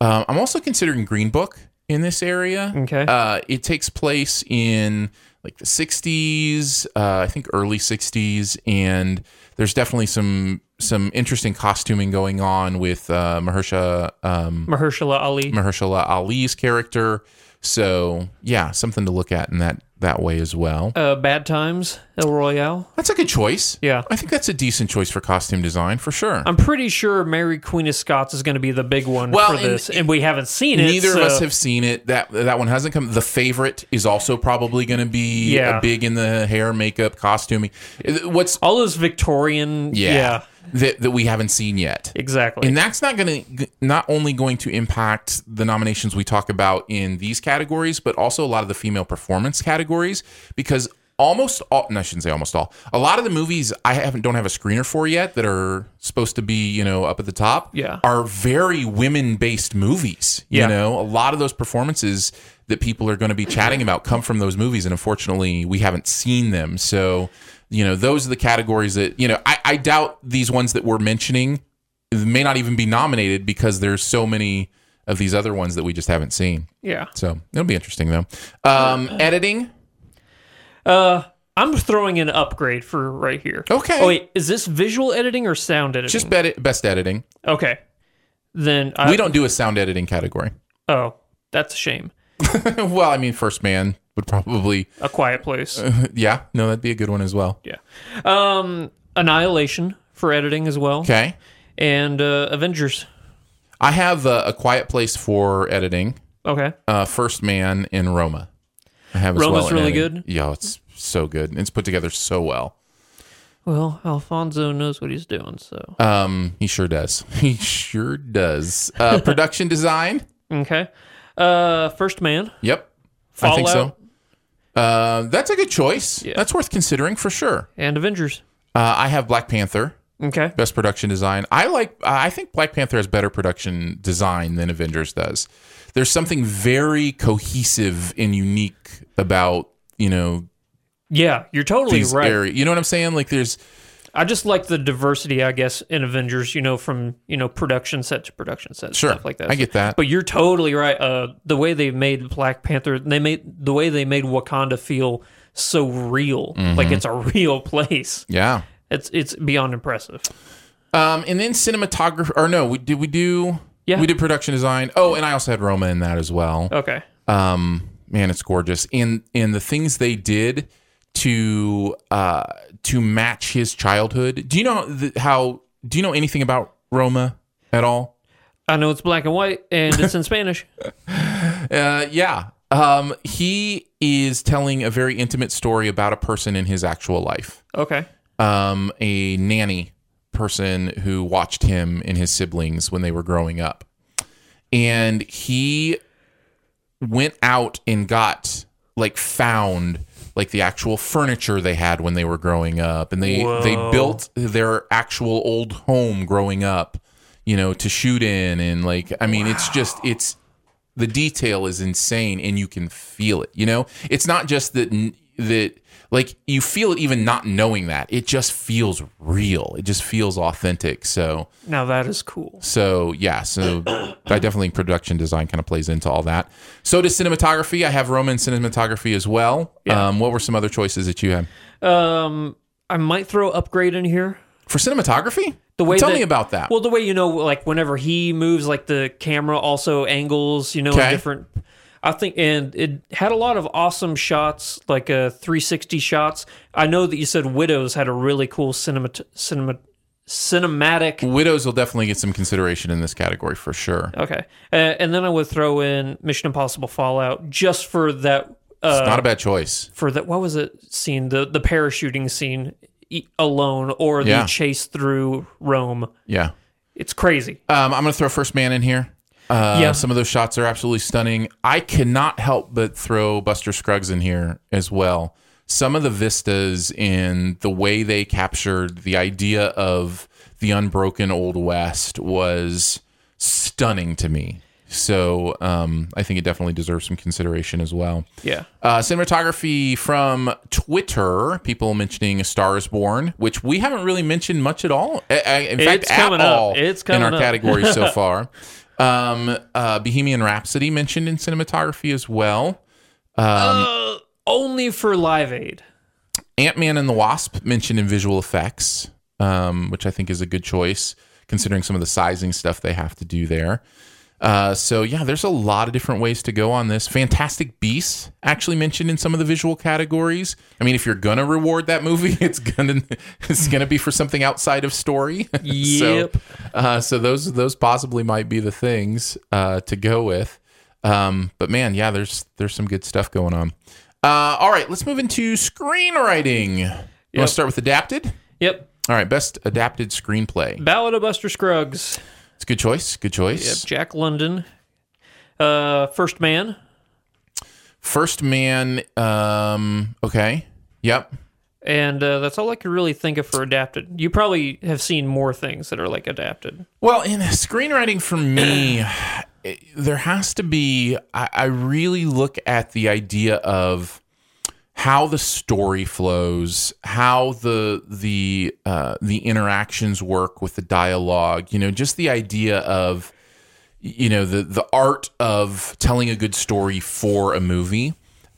S3: Um, I'm also considering Green Book in this area.
S5: Okay.
S3: Uh, it takes place in like the 60s, uh, I think early 60s, and there's definitely some some interesting costuming going on with uh, Mahersha um,
S5: Mahershala Ali.
S3: Mahershala Ali's character. So yeah, something to look at in that that way as well.
S5: uh, Bad Times. El Royale.
S3: That's a good choice.
S5: Yeah.
S3: I think that's a decent choice for costume design for sure.
S5: I'm pretty sure Mary Queen of Scots is going to be the big one
S3: Well,
S5: for
S3: and-
S5: this, and, we haven't seen it.
S3: Neither of
S5: so-
S3: us have seen it. That that one hasn't come. The favorite is also probably going to be
S5: Yeah.
S3: uh, big in the hair, makeup, costuming. Uh, What's
S5: all those Victorian.
S3: yeah,
S5: Yeah,
S3: that that we haven't seen yet.
S5: exactly.
S3: And that's not going to not only going to impact the nominations we talk about in these categories, but also a lot of the female performance categories because almost all no, I shouldn't say almost all. A lot of the movies I haven't don't have a screener for yet that are supposed to be, you know, up at the top
S5: Yeah.
S3: are very women-based movies, you
S5: Yeah.
S3: know. A lot of those performances that people are going to be chatting about come from those movies and unfortunately we haven't seen them. So, you know, those are the categories that, you know, I, I doubt these ones that we're mentioning may not even be nominated because there's so many of these other ones that we just haven't seen.
S5: yeah,
S3: So it'll be interesting though. Um, editing.
S5: uh, I'm throwing an upgrade for right here.
S3: Okay.
S5: Oh wait, is this visual editing or sound editing?
S3: Just bet best editing.
S5: okay. Then I,
S3: Uh, we don't do a sound editing category.
S5: Oh, that's a shame.
S3: well, I mean, First Man would probably.
S5: A Quiet Place.
S3: Uh-huh. Yeah, no, that'd be a good one as well.
S5: yeah. Um, Annihilation for editing as well.
S3: Okay.
S5: And uh, Avengers.
S3: I have uh, a Quiet Place for editing,
S5: Okay.
S3: uh, First Man in Roma. I have as
S5: Roma's
S3: well in
S5: really
S3: editing. Yeah, it's so good. It's put together so well.
S5: Well, Alfonso knows what he's doing, so.
S3: Um, he sure does. He sure does. Uh, production design.
S5: Okay. Uh, First Man.
S3: Yep, I think so. Uh, that's a good choice. That's worth considering for sure.
S5: And Avengers.
S3: Uh, I have Black Panther.
S5: Okay.
S3: best production design. I like. I think Black Panther has better production design than Avengers does. There's something very cohesive and unique about you know
S5: Yeah, you're totally
S3: these
S5: right.
S3: area- You know what I'm saying? Like there's
S5: I just like the diversity, I guess, in Avengers. You know, from you know production set to production set,
S3: Sure.
S5: stuff like that.
S3: I get that.
S5: But you're totally right. Uh, the way they made Black Panther, they made the way they made Wakanda feel so real, like it's a real place.
S3: yeah.
S5: It's it's beyond impressive.
S3: Um, and then cinematography. Or no, we did we do.
S5: Yeah. Oh.
S3: We did production design. Oh, and I also had Roma in that as well.
S5: Okay.
S3: um man it's gorgeous and and the things they did to uh to match his childhood do you know the, how do you know anything about roma at all
S5: I know it's black and white and it's in Spanish.
S3: uh yeah um he is telling a very intimate story about a person in his actual life
S5: Okay.
S3: um a nanny person who watched him and his siblings when they were growing up and he went out and got like found like the actual furniture they had when they were growing up and they they built their actual old home growing up you know to shoot in and like i mean it's just it's the detail is insane and you can feel it you know it's not just that n- that like you feel it even not knowing that it just feels real it just feels authentic so
S5: Now that is cool.
S3: so yeah, so I definitely think production design kind of plays into all that. So does cinematography. I have Roman cinematography as well. Um, what were some other choices that you had
S5: Um, I might throw upgrade in here.
S3: for cinematography?
S5: the way
S3: tell
S5: that-
S3: me about that.
S5: Well, the way you know, like whenever he moves, like the camera also angles, you know, in
S3: Okay.
S5: different. I think, and it had a lot of awesome shots, like uh, 360 shots. I know that you said Widows had a really cool cinema, cinema, cinematic.
S3: Widows will definitely get some consideration in this category for sure.
S5: Okay, uh, and then I would throw in Mission Impossible Fallout just for that.
S3: It's
S5: Uh,
S3: not a bad choice.
S5: for that, what was it scene? The the parachuting scene e- alone, or the
S3: Yeah.
S5: chase through Rome.
S3: Yeah.
S5: It's crazy.
S3: Um, I'm going to throw First Man in here. Uh,
S5: Yeah.
S3: Some of those shots are absolutely stunning. I cannot help but throw Buster Scruggs in here as well. Some of the vistas in the way they captured the idea of the unbroken Old West was stunning to me. So um, I think it definitely deserves some consideration as well.
S5: Yeah.
S3: Uh, cinematography from Twitter, people mentioning A Star is Born, which we haven't really mentioned much at all. I- I- In fact,
S5: It's
S3: at
S5: coming up.
S3: all
S5: It's
S3: in our
S5: coming up.
S3: categories so far. Um, uh, Bohemian Rhapsody mentioned in cinematography as well.
S5: Only for Live Aid.
S3: Ant Man and the Wasp mentioned in visual effects, um, which I think is a good choice considering some of the sizing stuff they have to do there. Uh, so yeah, there's a lot of different ways to go on this. Fantastic Beasts actually mentioned in some of the visual categories. I mean, if you're gonna reward that movie, it's gonna it's gonna be for something outside of story.
S5: Yep.
S3: so, uh, so those those possibly might be the things uh, to go with. Um, but man, yeah, there's there's some good stuff going on. Uh, all right, let's move into screenwriting. You want
S5: Yep.
S3: to start with adapted?
S5: Yep.
S3: All right, best adapted screenplay.
S5: Ballad of Buster Scruggs.
S3: It's a good choice. Good choice.
S5: Yep. Jack London. Uh, First Man.
S3: First Man. Um. Okay. Yep.
S5: And uh, that's all I could really think of for adapted. You probably have seen more things that are like adapted.
S3: Well, in screenwriting for me, it- there has to be. I, I really look at the idea of how the story flows, how the the uh, the interactions work with the dialogue. You know, just the idea of you know the the art of telling a good story for a movie.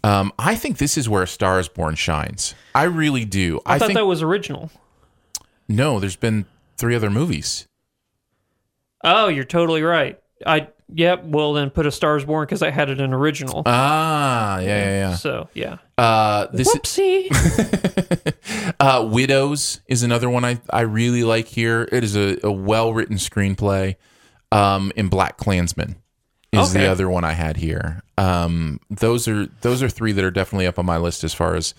S3: Um, I think this is where A Star Is Born shines. I really do.
S5: I, thought
S3: think
S5: that was original.
S3: no, there's been three other movies.
S5: Oh, you're totally right. I Yep. Well, then put a Stars Born because I had it in original.
S3: Ah, yeah, yeah,
S5: so yeah.
S3: yeah. Uh, this
S5: Whoopsie.
S3: uh, Widows is another one I, I really like here. It is a, a well written screenplay. Um, and Black Klansman is the
S5: Okay.
S3: other one I had here. Um, those are those are three that are definitely up on my list as far as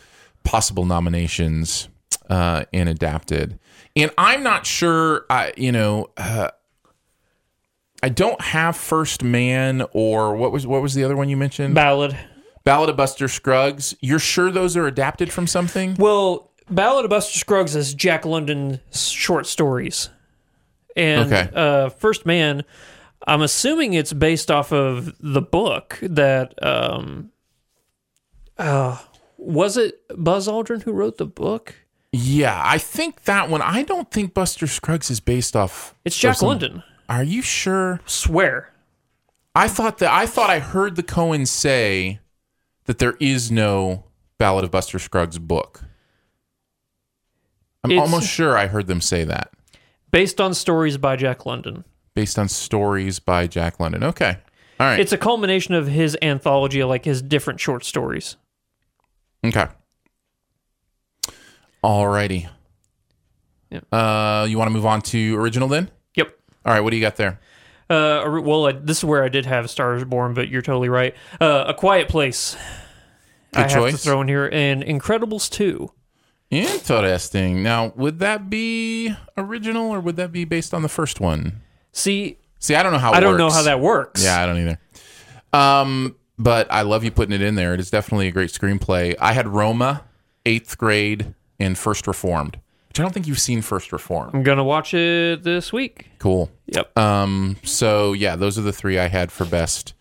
S3: possible nominations uh, and adapted. And I'm not sure. I you know. Uh, I don't have First Man or what was what was the other one you mentioned?
S5: Ballad.
S3: Ballad of Buster Scruggs. You're sure those are adapted from something?
S5: Well, Ballad of Buster Scruggs is Jack London short stories. And
S3: Okay.
S5: uh, First Man, I'm assuming it's based off of the book that um uh was it Buzz Aldrin who wrote the book?
S3: Yeah, I think that one. I don't think Buster Scruggs is based off.
S5: It's Jack
S3: of some-
S5: London.
S3: Are you sure?
S5: Swear.
S3: I thought that I thought I heard the Cohen say that there is no Ballad of Buster Scruggs book. I'm
S5: It's-
S3: almost sure I heard them say that
S5: Based on stories by Jack London.
S3: based on stories by Jack London. Okay, all right.
S5: It's a culmination of his anthology of like his different short stories.
S3: Okay. Alrighty.
S5: Yep.
S3: Uh, you want to move on to original then?
S5: Yep.
S3: All right. What do you got there?
S5: Uh, or- well, I, this is where I did have Stars Born, but you're totally right. Uh, A Quiet Place. I
S3: Good
S5: have to
S3: choice.
S5: throw in here, and Incredibles two.
S3: Interesting. Now, would that be original or would that be based on the first one?
S5: See,
S3: See, I don't know how. It
S5: I don't know
S3: works.
S5: how that works.
S3: Yeah, I don't either. Um, but I love you putting it in there. It is definitely a great screenplay. I had Roma, eighth grade, and First Reformed, which I don't think you've seen First Reformed.
S5: I'm gonna watch it this week.
S3: Cool.
S5: Yep.
S3: Um, so yeah, those are the three I had for best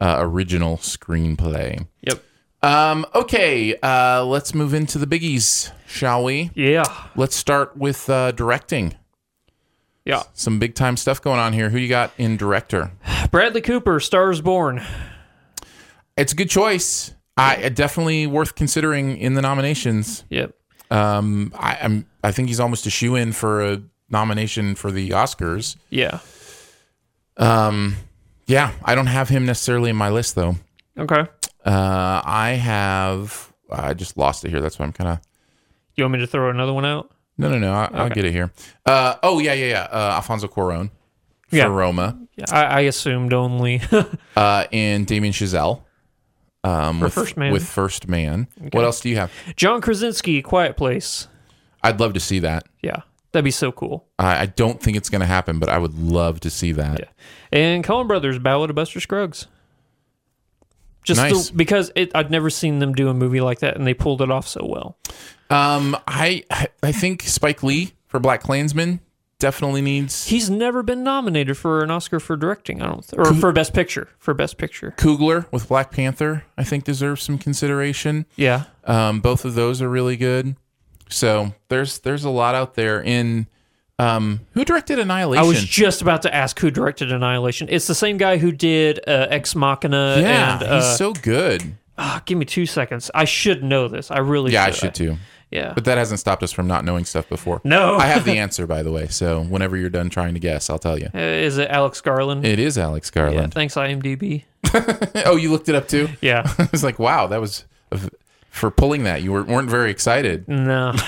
S3: uh, original screenplay.
S5: Yep.
S3: Um, okay, uh, let's move into the biggies, shall we?
S5: Yeah.
S3: Let's start with uh, directing.
S5: Yeah.
S3: Some big time stuff going on here. Who you got in director?
S5: Bradley Cooper, Stars Born.
S3: It's a good choice. I uh, definitely worth considering in the nominations.
S5: Yep.
S3: Um, I, I'm I think he's almost a shoe in for a nomination for the Oscars.
S5: Yeah.
S3: Um, yeah, I don't have him necessarily in my list though.
S5: Okay.
S3: Uh, I have. uh, I just lost it here. That's why I'm kind of.
S5: You want me to throw another one out?
S3: No, no, no. I, I'll get it here. Uh, oh yeah, yeah, yeah. Uh, Alfonso Cuarón for
S5: Yeah.
S3: Roma,
S5: Yeah. I, I assumed only.
S3: uh, and Damien Chazelle. Um, with
S5: First Man.
S3: With First Man. What else do you have?
S5: John Krasinski, Quiet Place.
S3: I'd love to see that.
S5: Yeah. That'd be so cool.
S3: I, I don't think it's going to happen, but I would love to see that.
S5: And Coen Brothers, Ballad of Buster Scruggs. Just the-
S3: Nice.
S5: because it, I'd never seen them do a movie like that, and they pulled it off so well.
S3: Um, I I think Spike Lee for Black Klansman definitely needs
S5: He's never been nominated for an Oscar for directing, I don't, th- or for Best Picture, for Best Picture.
S3: Coogler with Black Panther. I think deserves some consideration.
S5: Yeah,
S3: Um, both of those are really good. So there's there's a lot out there. In um, who directed Annihilation?
S5: I Oh, was just about to ask who directed Annihilation. It's the same guy who did uh, Ex Machina.
S3: yeah,
S5: and, uh,
S3: he's so good.
S5: ah, give me two seconds. I should know this. I really.
S3: Yeah, I
S5: should
S3: should too.
S5: Yeah.
S3: But that hasn't stopped us from not knowing stuff before.
S5: uh, No.
S3: I have the answer by the way. So whenever you're done trying to guess, I'll tell you.
S5: Uh, Is it Alex Garland?
S3: It is Alex
S5: yeah.
S3: Garland.
S5: Thanks, IMDb.
S3: Oh, you looked it up too.
S5: Yeah.
S3: I was like, wow, that was for pulling that. You were, weren't very excited.
S5: no.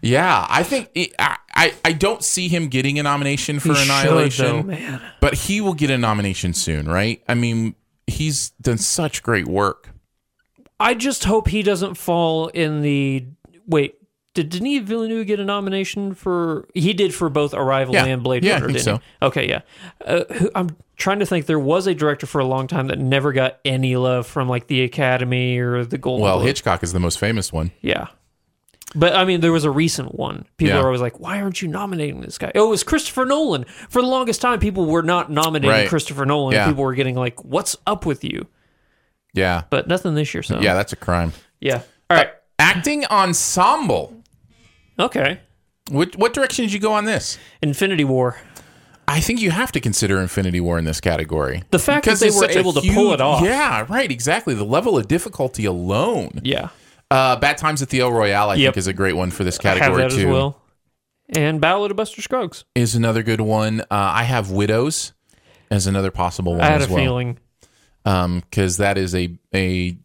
S3: Yeah, I think it, I, I I don't see him getting a nomination for
S5: He should,
S3: Annihilation,
S5: though, man.
S3: but he will get a nomination soon, right? I mean, he's done such great work.
S5: I just hope he doesn't fall in the wait. Did Denis Villeneuve get a nomination for? He did for both Arrival
S3: Yeah.
S5: and Blade
S3: Yeah, I
S5: Runner.
S3: think
S5: didn't
S3: so.
S5: he? Okay, yeah. Uh, who, I'm trying to think. There was a director for a long time that never got any love from like the Academy or the Golden.
S3: Well,
S5: Globe.
S3: Hitchcock is the most famous one.
S5: yeah. But I mean, there was a recent one. People
S3: Yeah.
S5: are always like, "Why aren't you nominating this guy?" Oh, it was Christopher Nolan. For the longest time, people were not nominating
S3: Right.
S5: Christopher Nolan.
S3: Yeah.
S5: People were getting like, "What's up with you?"
S3: Yeah,
S5: But nothing this year. So
S3: yeah, that's a crime.
S5: yeah. All right.
S3: Acting ensemble.
S5: Okay.
S3: What what direction did you go on this?
S5: Infinity War.
S3: I think you have to consider Infinity War in this category.
S5: The fact that they
S3: it's
S5: were
S3: such a
S5: able to pull
S3: huge-
S5: it off.
S3: Yeah, right, exactly. The level of difficulty alone.
S5: Yeah.
S3: Uh, Bad Times at the El Royale, I
S5: Yep.
S3: think, is a great one for this
S5: Have
S3: category
S5: that
S3: too.
S5: as well. And Ballad of Buster Scruggs.
S3: Is another good one. Uh, I have Widows as another possible one
S5: I had
S3: as
S5: a
S3: well.
S5: feeling.
S3: because that is a a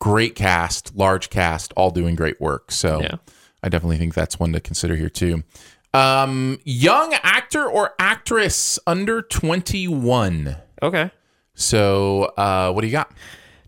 S3: great cast, large cast, all doing great work. So
S5: Yeah.
S3: I definitely think that's one to consider here too. Um, young actor or actress under twenty one.
S5: Okay.
S3: So uh, what do you got?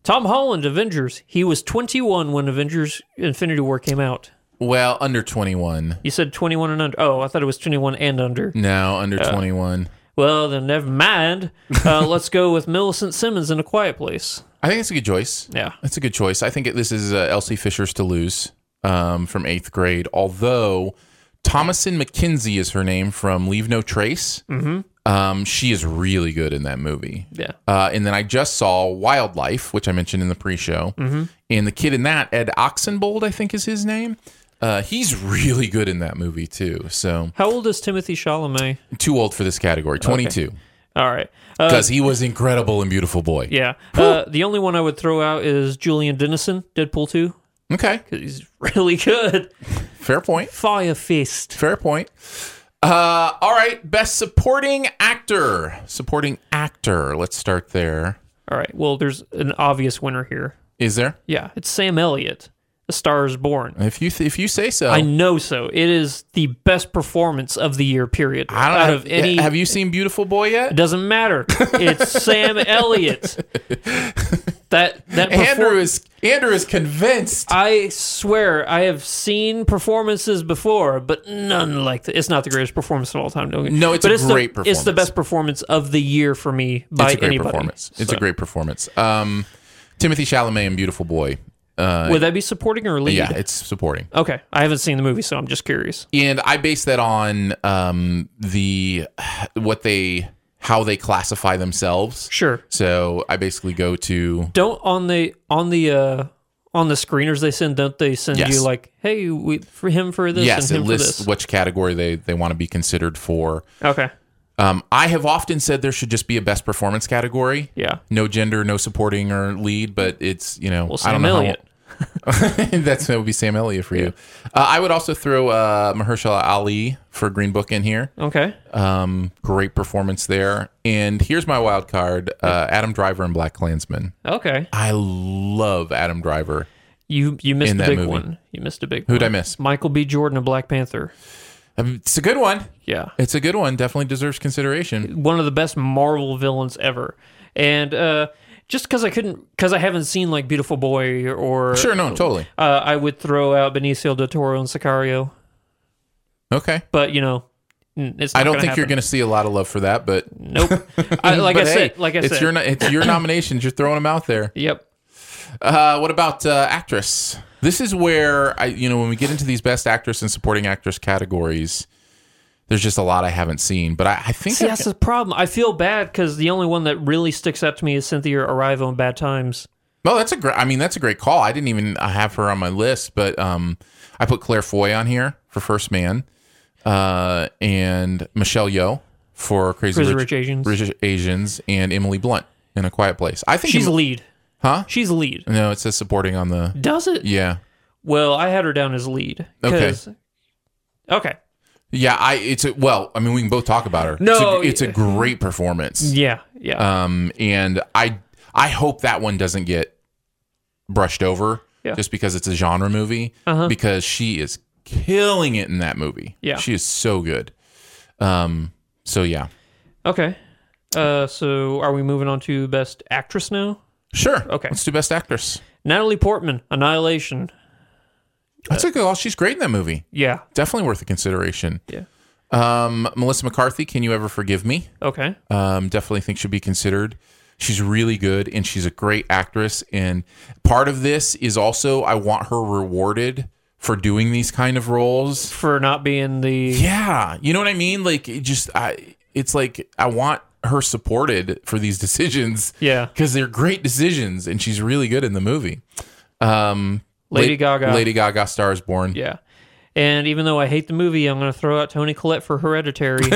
S5: Tom Holland, Avengers. He was 21 when Avengers Infinity War came out.
S3: Well, under twenty one.
S5: You said 21 and under. Oh, I thought it was 21 and under.
S3: No, under
S5: Uh,
S3: twenty one.
S5: Well, then never mind. Uh, let's go with Millicent Simmons in A Quiet Place.
S3: I think it's a good choice.
S5: Yeah.
S3: That's a good choice. I think it, this is uh, Elsie Fisher's to lose um, from eighth grade. Although Thomason McKenzie is her name from Leave No Trace. Mm-hmm. Um, she is really good in that movie.
S5: Yeah.
S3: Uh, and then I just saw Wildlife, which I mentioned in the pre-show,
S5: Mm-hmm.
S3: and the kid in that, Ed Oxenbold, I think is his name. Uh, he's really good in that movie too. So
S5: How old is Timothy Chalamet?
S3: too old for this category, twenty-two,
S5: All right. Uh,
S3: because he was incredible and beautiful boy.
S5: yeah. Uh, the only one I would throw out is Julian Dennison, Deadpool 2.
S3: Okay,
S5: He's really good.
S3: fair point.
S5: Fire Fist.
S3: Fair point. Uh, all right, best supporting actor. Supporting actor. Let's start there.
S5: All right. Well, there's an obvious winner here.
S3: Is there?
S5: Yeah. It's Sam Elliott, A Star is Born.
S3: If you if you say so.
S5: I know so. It is the best performance of the year, period.
S3: I don't
S5: Out
S3: have,
S5: of any.
S3: Have you seen Beautiful Boy
S5: It
S3: yet?
S5: doesn't matter. It's Sam Elliott. That that
S3: Andrew
S5: perfor-
S3: is Andrew is convinced.
S5: I swear I have seen performances before, but none like that. It's not the greatest performance of all time. Don't get-
S3: No, it's
S5: but
S3: a
S5: the,
S3: great
S5: It's the
S3: performance.
S5: best performance of the year for me by
S3: it's a great
S5: anybody.
S3: performance. It's
S5: So-
S3: a great performance. Um, Timothy Chalamet and Beautiful Boy. Uh,
S5: Would that be supporting or lead?
S3: yeah, it's supporting.
S5: okay, I haven't seen the movie, so I'm just curious.
S3: and I base that on um, the what they how they classify themselves.
S5: Sure.
S3: So I basically go to
S5: Don't on the on the uh on the screeners they send. Don't they send
S3: Yes.
S5: you like, hey, we for him for this
S3: yes, it
S5: and him for
S3: lists
S5: this?
S3: which category they they want to be considered for.
S5: okay,
S3: Um, I have often said there should just be a best performance category.
S5: yeah,
S3: No gender, no supporting or lead, but it's you know
S5: well,
S3: I don't
S5: Sam
S3: know how-
S5: Elliott.
S3: That's that would be Sam Elliott for you. Uh, I would also throw uh, Mahershala Ali for Green Book in here.
S5: Okay,
S3: Um, great performance there. And here's my wild card: uh, Adam Driver and Black Klansman.
S5: okay.
S3: I love Adam Driver.
S5: You you missed
S3: in
S5: a
S3: that
S5: big
S3: movie.
S5: one. You missed a big
S3: Who'd
S5: one.
S3: I miss?
S5: Michael B. Jordan of Black Panther.
S3: Um, It's a good one.
S5: Yeah.
S3: It's a good one. Definitely deserves consideration.
S5: One of the best Marvel villains ever. And uh just because I couldn't, because I haven't seen like Beautiful Boy or
S3: Sure, no, totally.
S5: uh, I would throw out Benicio del Toro and Sicario,
S3: Okay.
S5: but you know, n- it's. Not
S3: I don't
S5: gonna
S3: think you're
S5: happen.
S3: going to see a lot of love for that, but
S5: Nope. I, like I
S3: but hey,
S5: said, like I
S3: it's
S5: said.
S3: your no- it's your nominations. You're throwing them out there.
S5: yep.
S3: Uh, what about uh, actress? This is where I, you know, when we get into these best actress and supporting actress categories, there's just a lot I haven't seen. But I, I think
S5: See,
S3: I've-
S5: that's the problem. I feel bad because the only one that really sticks out to me is Cynthia Erivo in Bad Times.
S3: Well, that's a great. I mean, that's a great call. I didn't even have her on my list, but um, I put Claire Foy on here for First Man, uh, and Michelle Yeoh for Crazy,
S5: Crazy Rich Asians.
S3: Rich Asians, and Emily Blunt in A Quiet Place. I think
S5: She's
S3: Em-
S5: lead.
S3: Huh?
S5: She's lead.
S3: no, it says supporting on the
S5: Does it?
S3: yeah.
S5: Well, I had her down as lead. 'cause- Okay.
S3: Yeah, I it's a, well, I mean, we can both talk about her. it's
S5: No,
S3: a, it's a great performance.
S5: Yeah. Yeah.
S3: Um, and I I hope that one doesn't get brushed over
S5: Yeah.
S3: just because it's a genre movie
S5: Uh-huh.
S3: because she is killing it in that movie.
S5: Yeah.
S3: She is so good. Um, so yeah.
S5: okay. Uh, so are we moving on to best actress now?
S3: Sure.
S5: Okay. Uh,
S3: Let's do best actress.
S5: Natalie Portman, Annihilation.
S3: That's a good call. She's great in that movie.
S5: Yeah.
S3: Definitely worth a consideration.
S5: Yeah.
S3: Um, Melissa McCarthy, Can You Ever Forgive Me?
S5: Okay.
S3: um, definitely think should be considered. She's really good and she's a great actress. And part of this is also I want her rewarded for doing these kind of roles.
S5: For not being the
S3: Yeah, you know what I mean. Like it just I, it's like I want her supported for these decisions.
S5: Yeah.
S3: because they're great decisions and she's really good in the movie. Um,
S5: Lady Gaga.
S3: Lady Gaga, Stars Born.
S5: Yeah. And even though I hate the movie, I'm going to throw out Tony Collette for Hereditary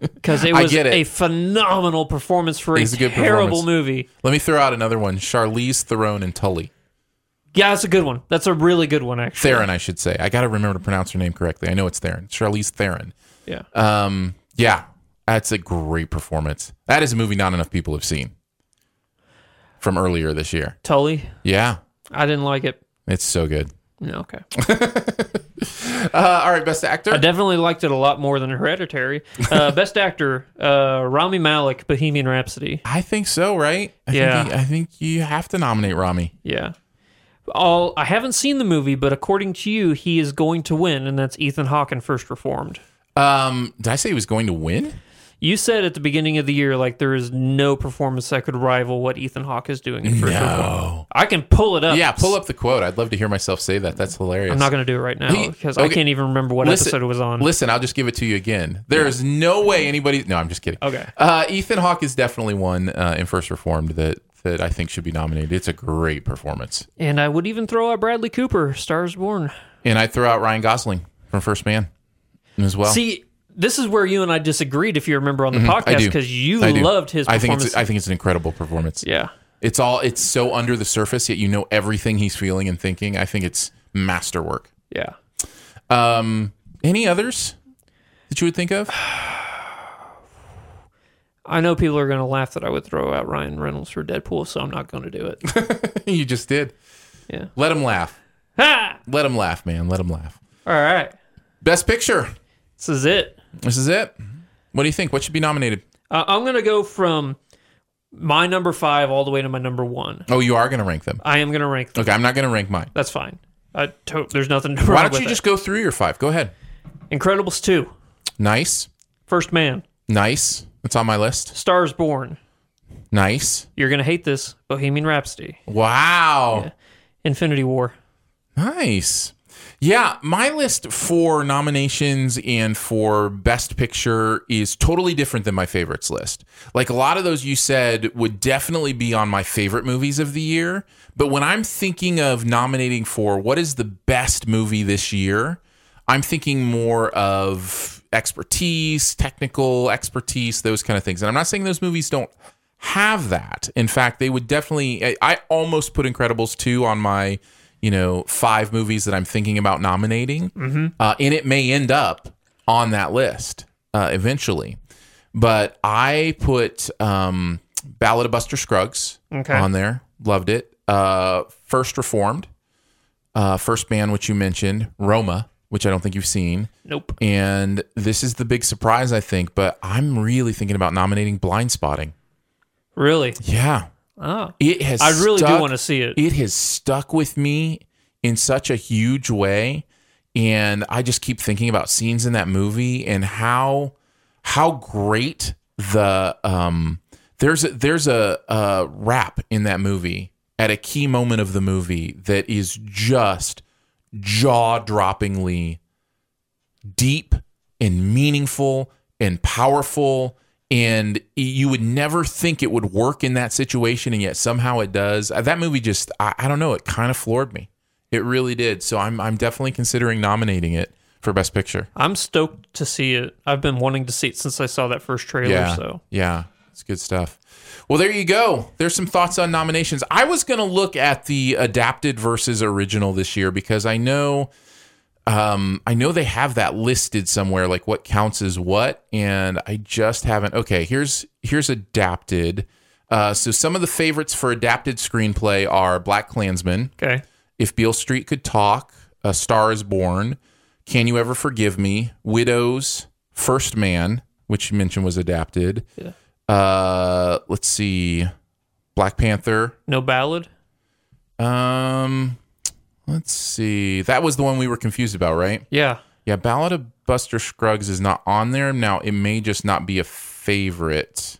S5: because it
S3: I
S5: was
S3: get it.
S5: a phenomenal performance for a,
S3: It's a good
S5: terrible
S3: performance.
S5: movie.
S3: Let me throw out another one: Charlize Theron and Tully.
S5: Yeah, that's a good one. That's a really good one, actually.
S3: Theron, I should Uh, say. I got to remember to pronounce her name correctly. I know it's Theron. Charlize Theron.
S5: Yeah.
S3: Um, yeah, That's a great performance. That is a movie not enough people have seen from earlier this year.
S5: Tully.
S3: Yeah,
S5: I didn't like it.
S3: it's so good.
S5: No, okay.
S3: Uh, all right, best actor.
S5: I definitely liked it a lot more than Hereditary. Uh, best actor, uh, Rami Malek, Bohemian Rhapsody.
S3: I think so, right? I
S5: Yeah.
S3: Think you, I think you have to nominate Rami.
S5: Yeah. All I haven't seen the movie, but according to you, he is going to win, and that's Ethan Hawke in First Reformed.
S3: Um, did I say he was going to win?
S5: You said at the beginning of the year, like there is no performance that could rival what Ethan Hawke is doing in First Reformed. I can pull it up.
S3: Yeah, pull up the quote. I'd love to hear myself say that. That's hilarious.
S5: I'm not going to do it right now
S3: He-
S5: because I
S3: okay.
S5: can't even remember what episode it was on.
S3: Listen, I'll just give it to you again. There is no way anybody. No, I'm just kidding.
S5: Okay.
S3: Uh, Ethan Hawke is definitely one uh, in First Reformed that that I think should be nominated. It's a great performance,
S5: And I would even throw out Bradley Cooper, Stars Born.
S3: and I throw out Ryan Gosling from First Man as well.
S5: See, this is where you and I disagreed, if you remember on the
S3: Mm-hmm, I
S5: podcast,
S3: do
S5: because you
S3: I do.
S5: loved his
S3: I
S5: performance.
S3: think it's I think it's an incredible performance.
S5: yeah.
S3: It's all it's so under the surface, yet you know everything he's feeling and thinking. I think it's masterwork.
S5: Yeah.
S3: Um, any others that you would think of?
S5: I know people are going to laugh that I would throw out Ryan Reynolds for Deadpool, so I'm not going to do it.
S3: you just did.
S5: Yeah.
S3: Let him laugh.
S5: ha!
S3: Let him laugh, man. Let him laugh.
S5: All right.
S3: Best picture.
S5: This is it.
S3: This is it. What do you think? What should be nominated?
S5: Uh, I'm going to go from my number five all the way to my number one.
S3: Oh, you are going to rank them.
S5: I am going to rank them.
S3: Okay, I'm not going to rank mine.
S5: That's fine. I to- there's nothing wrong
S3: Why don't
S5: with
S3: you
S5: it.
S3: just go through your five? Go ahead.
S5: Incredibles 2,
S3: Nice.
S5: First Man,
S3: Nice. That's on my list.
S5: Stars Born.
S3: Nice.
S5: You're going to hate this, Bohemian Rhapsody,
S3: Wow.
S5: Infinity War.
S3: Nice. Yeah, my list for nominations and for best picture is totally different than my favorites list. Like a lot of those you said would definitely be on my favorite movies of the year, but when I'm thinking of nominating for what is the best movie this year, I'm thinking more of expertise, technical expertise, those kind of things. And I'm not saying those movies don't have that. In fact, they would definitely. I, I almost put Incredibles 2 on my, you know, five movies that I'm thinking about nominating. Uh, and it may end up on that list uh, eventually. But I put um, Ballad of Buster Scruggs
S5: Okay.
S3: on there. Loved it. Uh, First Reformed uh, first band which you mentioned, Roma, which I don't think you've seen.
S5: Nope.
S3: And this is the big surprise, I think. But I'm really thinking about nominating Blind Spotting.
S5: Really?
S3: Yeah,
S5: Oh.
S3: it has.
S5: I really do
S3: stuck-
S5: wanna see it.
S3: It has stuck with me in such a huge way, and I just keep thinking about scenes in that movie and how how great the um there's a, there's a, a rap in that movie at a key moment of the movie that is just jaw droppingly deep and meaningful and powerful. And you would never think it would work in that situation, and yet somehow it does. Uh, That movie just, I, I don't know, it kind of floored me. It really did. So I'm, I'm definitely considering nominating it for Best Picture.
S5: I'm stoked to see it. I've been wanting to see it since I saw that first trailer.
S3: Yeah.
S5: So
S3: Yeah. It's good stuff. Well, there you go. There's some thoughts on nominations. I was going to look at the adapted versus original this year because I know um I know they have that listed somewhere like what counts as what and I just haven't. Okay, here's here's adapted. Uh, so some of the favorites for adapted screenplay are Black Klansman,
S5: okay,
S3: if Beale Street Could Talk, A Star is Born, Can You Ever Forgive Me, Widows, First Man, which you mentioned was adapted. Uh, let's see, Black Panther.
S5: no ballad.
S3: Um, let's see. That was the one we were confused about, right?
S5: Yeah,
S3: Yeah, Ballad of Buster Scruggs is not on there. Now, it may just not be a favorite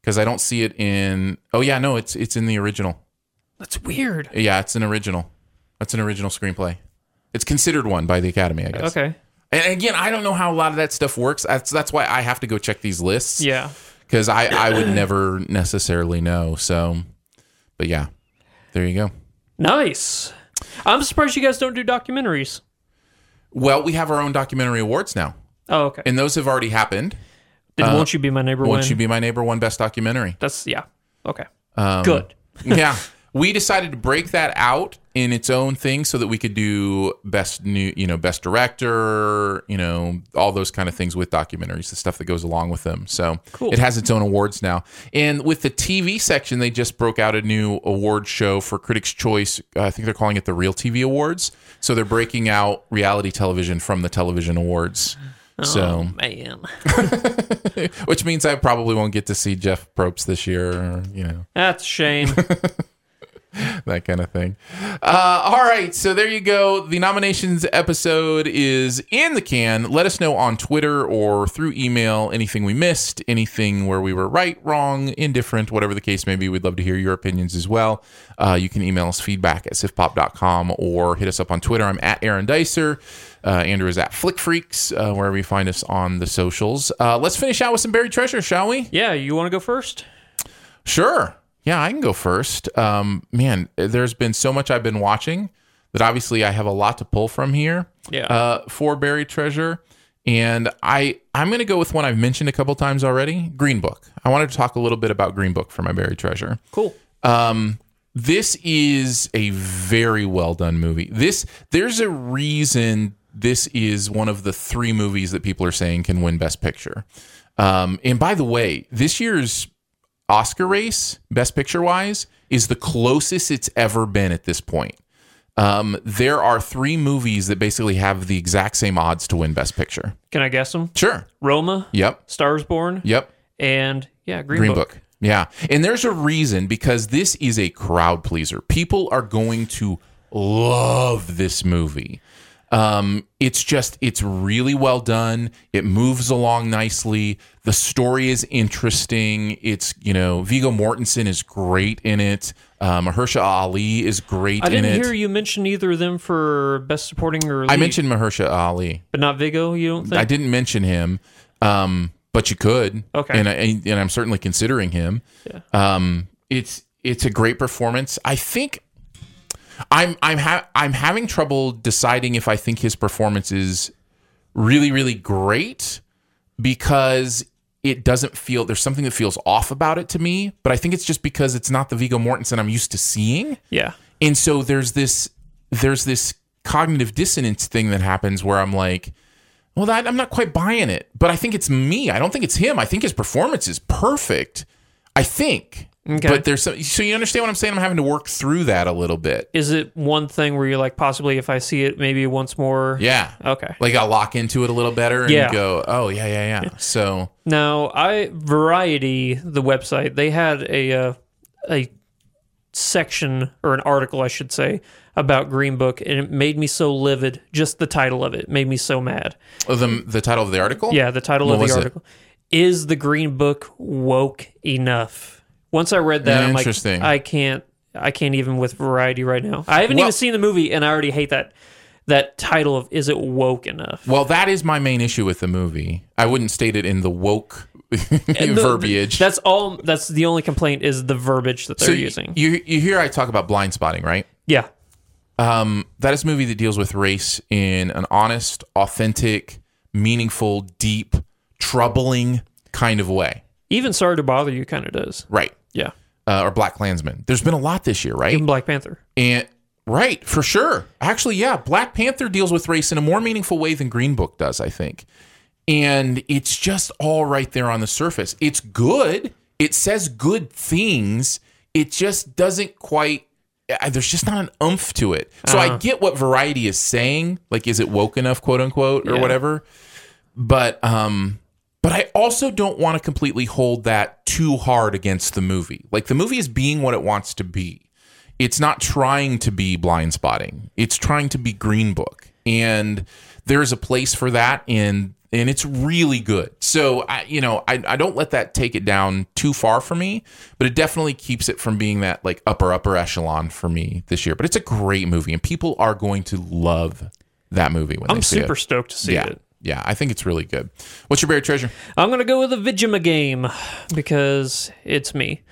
S3: because I don't see it in. Oh, yeah, no, it's it's in the original.
S5: that's weird.
S3: Yeah, it's an original. That's an original screenplay. It's considered one by the Academy, I guess.
S5: Okay,
S3: And again, I don't know how a lot of that stuff works. That's that's why I have to go check these lists.
S5: yeah.
S3: Because I I would never necessarily know. So, but yeah, there you go.
S5: Nice. I'm surprised you guys don't do documentaries.
S3: Well, we have our own documentary awards now,
S5: Oh, okay.
S3: and those have already happened.
S5: Did won't you be my neighbor?
S3: Won't
S5: win?
S3: you be Um, my neighbor? One best documentary.
S5: That's yeah. Okay. Good.
S3: yeah, we decided to break that out in its own thing so that we could do best new, you know, best director, you know, all those kind of things with documentaries, the stuff that goes along with them. So it has its own awards now. And with the TV section, they just broke out a new award show for Critics' Choice. Uh, I think they're calling it the Real TV Awards. So they're breaking out reality television from the television awards.
S5: Oh,
S3: So,
S6: Man.
S3: which means I probably won't get to see Jeff Probst this year, or, you know,
S5: That's a shame.
S3: that kind of thing. Uh, all right, so there you go. The nominations episode is in the can. Let us know on Twitter or through email anything we missed, anything where we were right, wrong, indifferent, whatever the case may be. We'd love to hear your opinions as well. Uh, you can email us feedback at sifpop.com or hit us up on Twitter. I'm at Aaron Dicer. Uh, Andrew is at Flick Freaks, uh, wherever you find us on the socials. Uh, let's finish out with some buried treasure, shall we?
S5: yeah, you want to go first?
S3: Sure. Yeah, I can go first. Um, man, there's been so much I've been watching that obviously I have a lot to pull from here.
S5: Yeah.
S3: Uh, for buried treasure, and I I'm gonna go with one I've mentioned a couple times already. Green Book. I wanted to talk a little bit about Green Book for my buried treasure.
S5: Cool.
S3: Um, this is a very well done movie. This there's a reason this is one of the three movies that people are saying can win Best Picture. Um, and by the way, this year's Oscar race, Best Picture wise, is the closest it's ever been at this point. Um, there are three movies that basically have the exact same odds to win Best Picture.
S5: Can I guess them?
S3: Sure.
S5: Roma,
S3: Yep.
S5: Stars Born,
S3: Yep.
S5: and yeah, Green,
S3: Green
S5: Book.
S3: Book. Yeah. And there's a reason because this is a crowd pleaser. People are going to love this movie. Um, it's just, it's really well done. It moves along nicely. The story is interesting. It's, you know, Vigo Mortensen is great in it. Um, Mahershala Ali is great
S5: I
S3: in
S5: didn't
S3: it.
S5: hear you mention either of them for best supporting or
S3: I
S5: lead,
S3: mentioned Mahershala Ali.
S5: but not Vigo. You don't think?
S3: I didn't mention him, um, but you could.
S5: Okay.
S3: And I, and I'm certainly considering him. Um, it's it's a great performance. I think I'm I'm ha- I'm having trouble deciding if I think his performance is really really great because it doesn't feel there's something that feels off about it to me. But I think it's just because it's not the Vigo Mortensen I'm used to seeing
S5: Yeah.
S3: and so there's this there's this cognitive dissonance thing that happens where I'm like, well, that, I'm not quite buying it, but I think it's me. I don't think it's him. I think his performance is perfect. I think,
S5: Okay.
S3: but there's some, so you understand what I'm saying. I'm having to work through that a little bit.
S5: Is it one thing where you're like, possibly if I see it maybe once more?
S3: Yeah.
S5: Okay.
S3: Like I lock into it a little better and
S5: Oh. Yeah.
S3: go, oh yeah, yeah, yeah. So
S5: Now, I Variety, the website, they had a uh, a section or an article, I should say, about Green Book, and it made me so livid. Just the title of it made me so mad.
S3: oh, the the title of the article.
S5: Yeah, the title
S3: What
S5: of
S3: was
S5: the
S3: it?
S5: article is the Green Book woke enough. Once I read that, I'm
S3: Interesting.
S5: like, I can't, I can't even with Variety right now. I haven't
S3: Well-
S5: even seen the movie, and I already hate that that title of is it woke enough?
S3: Well, that is my main issue with the movie. I wouldn't state it in the woke
S5: Uh, The-
S3: verbiage.
S5: That's all. That's the only complaint is the verbiage that they're
S3: so you-
S5: using.
S3: You you hear I talk about blind spotting, right?
S5: yeah.
S3: Um, that is a movie that deals with race in an honest, authentic, meaningful, deep, troubling kind of way.
S5: Even Sorry to Bother You kind of does.
S3: Right.
S5: Yeah.
S3: Uh, or Black Klansman. There's been a lot this year, right?
S5: Even Black Panther.
S3: And right, for sure. Actually, yeah, Black Panther deals with race in a more meaningful way than Green Book does, I think. And it's just all right there on the surface. It's good. It says good things. It just doesn't quite I- there's just not an umph to it. So I get what variety is saying, like is it woke enough, quote unquote, or
S5: Yeah.
S3: whatever. But um but I also don't want to completely hold that too hard against the movie. Like the movie is being what it wants to be it's not trying to be blind spotting. It's trying to be green book. And there is a place for that in and it's really good. So I you know, I, I don't let that take it down too far for me, but it definitely keeps it from being that like upper upper echelon for me this year. But it's a great movie and people are going to love that movie when they
S5: I'm
S3: see
S5: super
S3: it.
S5: stoked to see
S3: Yeah.
S5: it.
S3: Yeah, I think it's really good. What's your buried treasure?
S5: I'm gonna go with a Vigima game because it's me,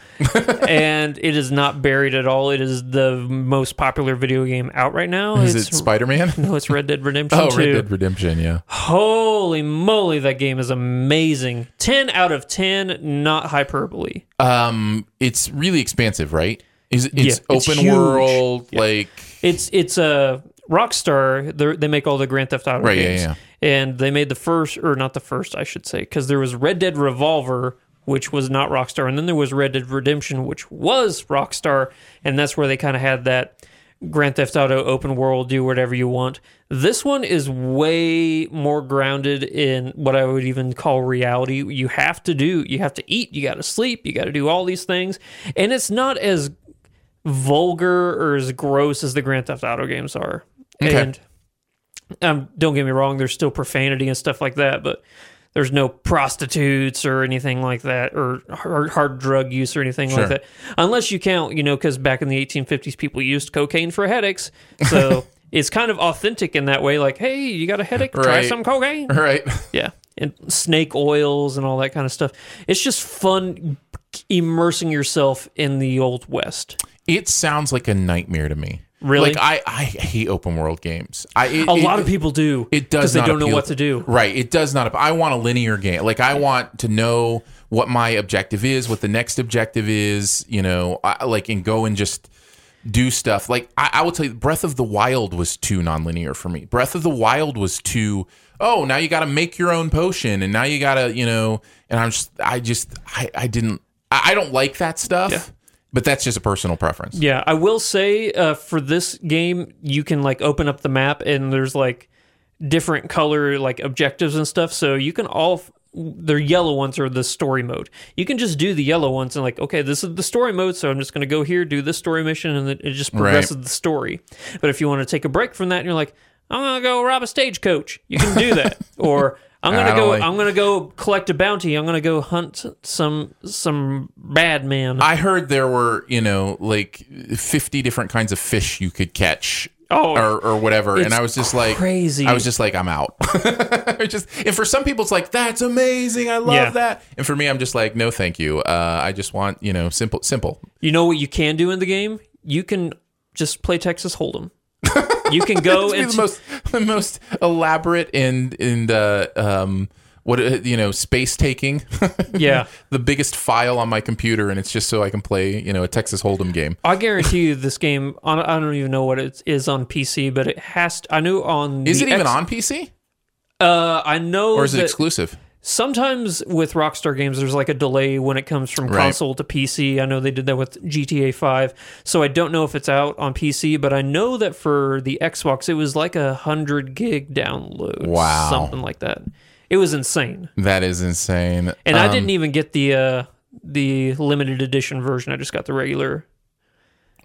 S5: and it is not buried at all. It is the most popular video game out right now.
S3: Is
S5: it's
S3: it Spider Man?
S5: no, it's Red Dead Redemption
S3: Oh,
S5: 2.
S3: Red Dead Redemption, yeah.
S5: Holy moly, that game is amazing. Ten out of ten, not hyperbole.
S3: Um, it's really expansive, right? Is it, it's
S5: Yeah, it's
S3: open
S5: huge.
S3: world, like
S5: It's it's a uh, Rockstar. they're- They make all the Grand Theft Auto
S3: Right, yeah,
S5: games,
S3: yeah.
S5: and they made the first or not the first, I should say, because there was Red Dead Revolver, which was not Rockstar, and then there was Red Dead Redemption, which was Rockstar, and that's where they kind of had that Grand Theft Auto open world, do whatever you want. This one is way more grounded in what I would even call reality. You have to do, you have to eat, you got to sleep, you got to do all these things, and it's not as vulgar or as gross as the Grand Theft Auto games are. And um, don't get me wrong, there's still profanity and stuff like that, but there's no prostitutes or anything like that, or hard, hard drug use or anything
S3: Sure.
S5: like that. Unless you count, you know, because back in the 1850s, people used cocaine for headaches. So it's kind of authentic in that way. Like, hey, you got a headache? Try
S3: Right. Uh-huh.
S5: some cocaine.
S3: All right.
S5: Yeah. And snake oils and all that kind of stuff. It's just fun immersing yourself in the old West.
S3: It sounds like a nightmare to me.
S5: Really?
S3: Like I, I hate open world games. I it,
S5: A
S3: it-
S5: lot of people do.
S3: It does
S5: Because they
S3: not
S5: don't know
S3: appeal-
S5: what to do.
S3: Right. It does not. app- I want a linear game. Like I want to know what my objective is, what the next objective is. You know, I, like and go and just do stuff. Like I, I will tell you, Breath of the Wild was too nonlinear for me. Breath of the Wild was too. Oh, now you got to make your own potion, and now you got to you know. And I'm just, I just, I, I didn't, I, I don't like that stuff. But that's just a personal preference.
S5: Yeah, I will say uh, for this game, you can like open up the map and there's like different color like objectives and stuff. So you can all f- their yellow ones are the story mode. You can just do the yellow ones and like, okay, this is the story mode, so I'm just going to go here, do this story mission, and it it just progresses the story. But if you want to take a break from that, and you're like, I'm going to go rob a stagecoach. You can do that, or I'm
S3: I
S5: gonna
S3: don't
S5: go.
S3: like-
S5: I'm gonna go collect a bounty. I'm gonna go hunt some some bad man.
S3: I heard there were, you know, like 50 different kinds of fish you could catch.
S5: Oh,
S3: or, or whatever. And
S5: it's
S3: I was just like,
S5: crazy.
S3: I was just like, I'm out. I just, and for some people, it's like, that's amazing. I love
S5: Yeah.
S3: that. And for me, I'm just like, no, thank you. Uh, I just want, you know, simple, simple.
S5: You know what you can do in the game? You can just play Texas Hold'em. You can go
S3: It's
S5: and
S3: the most, the most elaborate and, and, uh, um, what, uh, you know, space taking,
S5: yeah.
S3: the biggest file on my computer. And it's just so I can play, you know, a Texas Hold'em game.
S5: I guarantee you this game. I don't- I don't even know what it is on PC, but it has. To, I knew on.
S3: Is
S5: the
S3: it even
S5: X-
S3: on PC
S5: Uh, I know.
S3: or is it
S5: that
S3: exclusive?
S5: Sometimes with Rockstar games, there's like a delay when it comes from
S3: Right.
S5: console to PC. I know they did that with GTA 5, so I don't know if it's out on PC, but I know that for the Xbox, it was like a hundred gig download,
S3: Wow.
S5: something like that. It was insane.
S3: That is insane.
S5: And I
S3: Um,
S5: didn't even get the uh, the limited edition version. I just got the regular.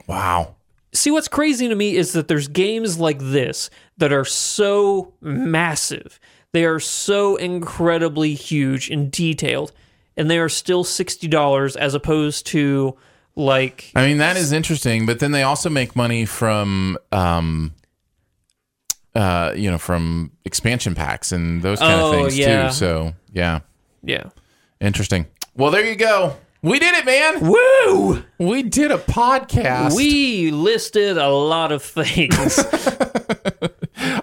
S3: Wow.
S5: See, what's crazy to me is that there's games like this that are so massive. They are so incredibly huge and detailed, and they are still sixty dollars as opposed to like
S3: I mean, that is interesting. But then they also make money from, um, uh, you know, from expansion packs and those kind
S5: Oh,
S3: of things
S5: yeah.
S3: too. So yeah,
S5: yeah.
S3: interesting. Well, there you go. We did it, man.
S5: Woo!
S3: We did a podcast.
S5: We listed a lot of things.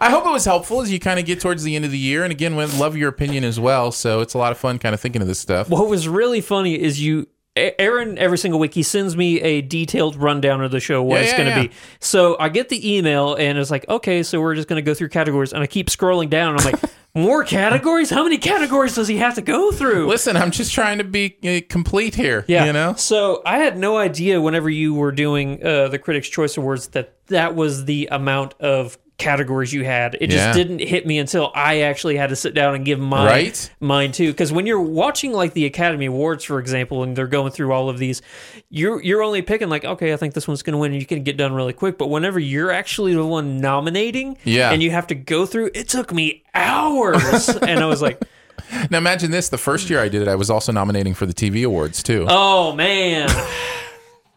S3: I hope it was helpful as you kind of get towards the end of the year. And again, we love your opinion as well. So it's a lot of fun, kind of thinking of this stuff.
S5: What was really funny is you, A- Aaron, every single week, he sends me a detailed rundown of the show, what
S3: Yeah,
S5: it's
S3: yeah,
S5: going to
S3: yeah.
S5: be. So I get the email and it's like, okay, so we're just going to go through categories. And I keep scrolling down and I'm like, more categories? How many categories does he have to go through?
S3: Listen, I'm just trying to be uh, complete here.
S5: yeah.
S3: you know.
S5: So I had no idea whenever you were doing uh, the Critics' Choice Awards that that was the amount of categories you had. It
S3: Yeah.
S5: just didn't hit me until I actually had to sit down and give mine
S3: Right?
S5: mine too. Because when you're watching like the Academy Awards, for example, and they're going through all of these, you're you're only picking like, okay, I think this one's going to win, and you can get done really quick. But whenever you're actually the one nominating,
S3: Yeah.
S5: and you have to go through, it took me hours, and I was like.
S3: Now imagine this: the first year I did it, I was also nominating for the TV awards too.
S5: Oh man.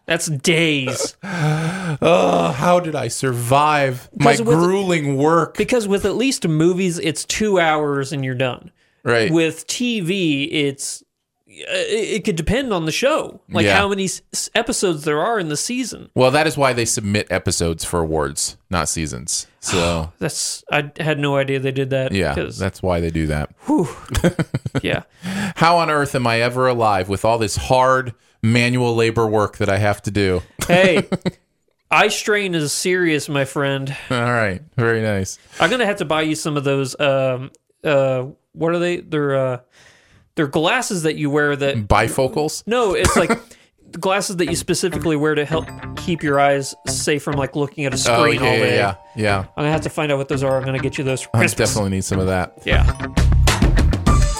S5: That's days.
S3: Oh, how did I survive my
S5: Because with-
S3: grueling work?
S5: Because with at least movies, it's two hours and you're done.
S3: Right.
S5: With TV, it's uh, it it could depend on the show, like
S3: Yeah.
S5: how many s- s- episodes there are in the season.
S3: well, that is why they submit episodes for awards, not seasons. So,
S5: That's I had no idea they did that.
S3: yeah,
S5: 'cause-
S3: that's why they do that.
S5: yeah.
S3: How on earth am I ever alive with all this hard manual labor work that I have to do?
S5: Hey, Eye strain is serious, my friend.
S3: All right. Very nice.
S5: I'm gonna have to buy you some of those. Um, uh, what are they? They're uh, they're glasses that you wear that
S3: Bifocals.
S5: No, it's like glasses that you specifically wear to help keep your eyes safe from like looking at a screen
S3: Oh,
S5: all
S3: yeah, yeah,
S5: day.
S3: yeah. Yeah.
S5: I'm gonna have to find out what those are. I'm gonna get you those. For
S3: I
S5: Christmas.
S3: definitely need some of that.
S5: Yeah.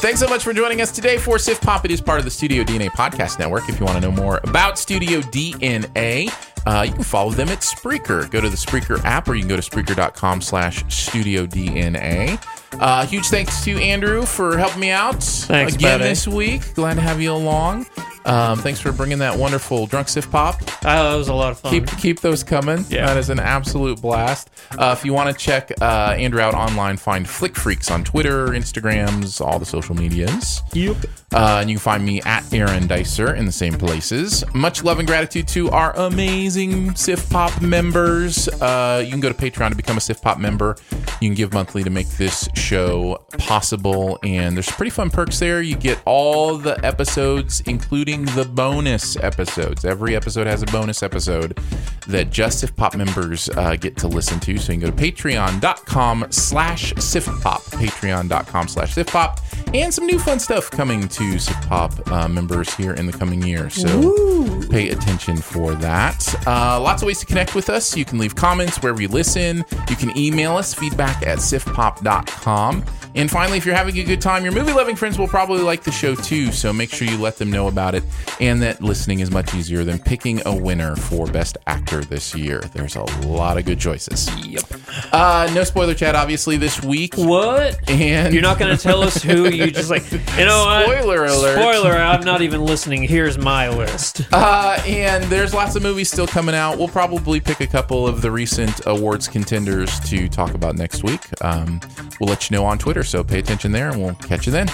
S3: Thanks so much for joining us today for Sif Pop. It is part of the Studio DNA Podcast Network. If you want to know more about Studio DNA, uh, you can follow them at Spreaker. Go to the Spreaker app or you can go to Spreaker.com slash Studio DNA. Uh, huge thanks to Andrew for helping me out
S5: Thanks,
S3: again
S5: buddy.
S3: this week. Glad to have you along. Um, thanks for bringing that wonderful Drunk Sif Pop.
S5: Oh, that was a lot of fun.
S3: Keep keep those coming.
S5: Yeah.
S3: That is an absolute blast. Uh, if you want to check uh, Andrew out online, find Flick Freaks on Twitter, Instagrams, all the social medias.
S5: Yep.
S3: Uh, and you can find me at Aaron Dicer in the same places. Much love and gratitude to our amazing Sif Pop members. Uh, you can go to Patreon to become a Sif Pop member. You can give monthly to make this show possible. And there's pretty fun perks there. You get all the episodes, including the bonus episodes. Every episode has a bonus episode that just Sif Pop members uh, get to listen to. So you can go to patreon.com slash Sif Pop. Patreon.com slash Sif Pop and some new fun stuff coming to Sip Pop uh, members here in the coming year. So pay attention for that. Uh, lots of ways to connect with us. You can leave comments wherever you listen. You can email us feedback at sifpop.com. And finally, if you're having a good time, your movie loving friends will probably like the show too. So make sure you let them know about it and that listening is much easier than picking a winner for Best Actor this year. There's a lot of good choices. Yep. Uh, no spoiler chat, obviously, this week.
S5: What?
S3: And
S5: You're not gonna tell us who you just like. You know what?
S3: Spoiler alert.
S5: Spoiler! I'm not even listening. Here's my list.
S3: Uh, and there's lots of movies still coming out. We'll probably pick a couple of the recent awards contenders to talk about next week. Um, we'll let you know on Twitter, so pay attention there, and we'll catch you then.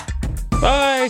S5: Bye.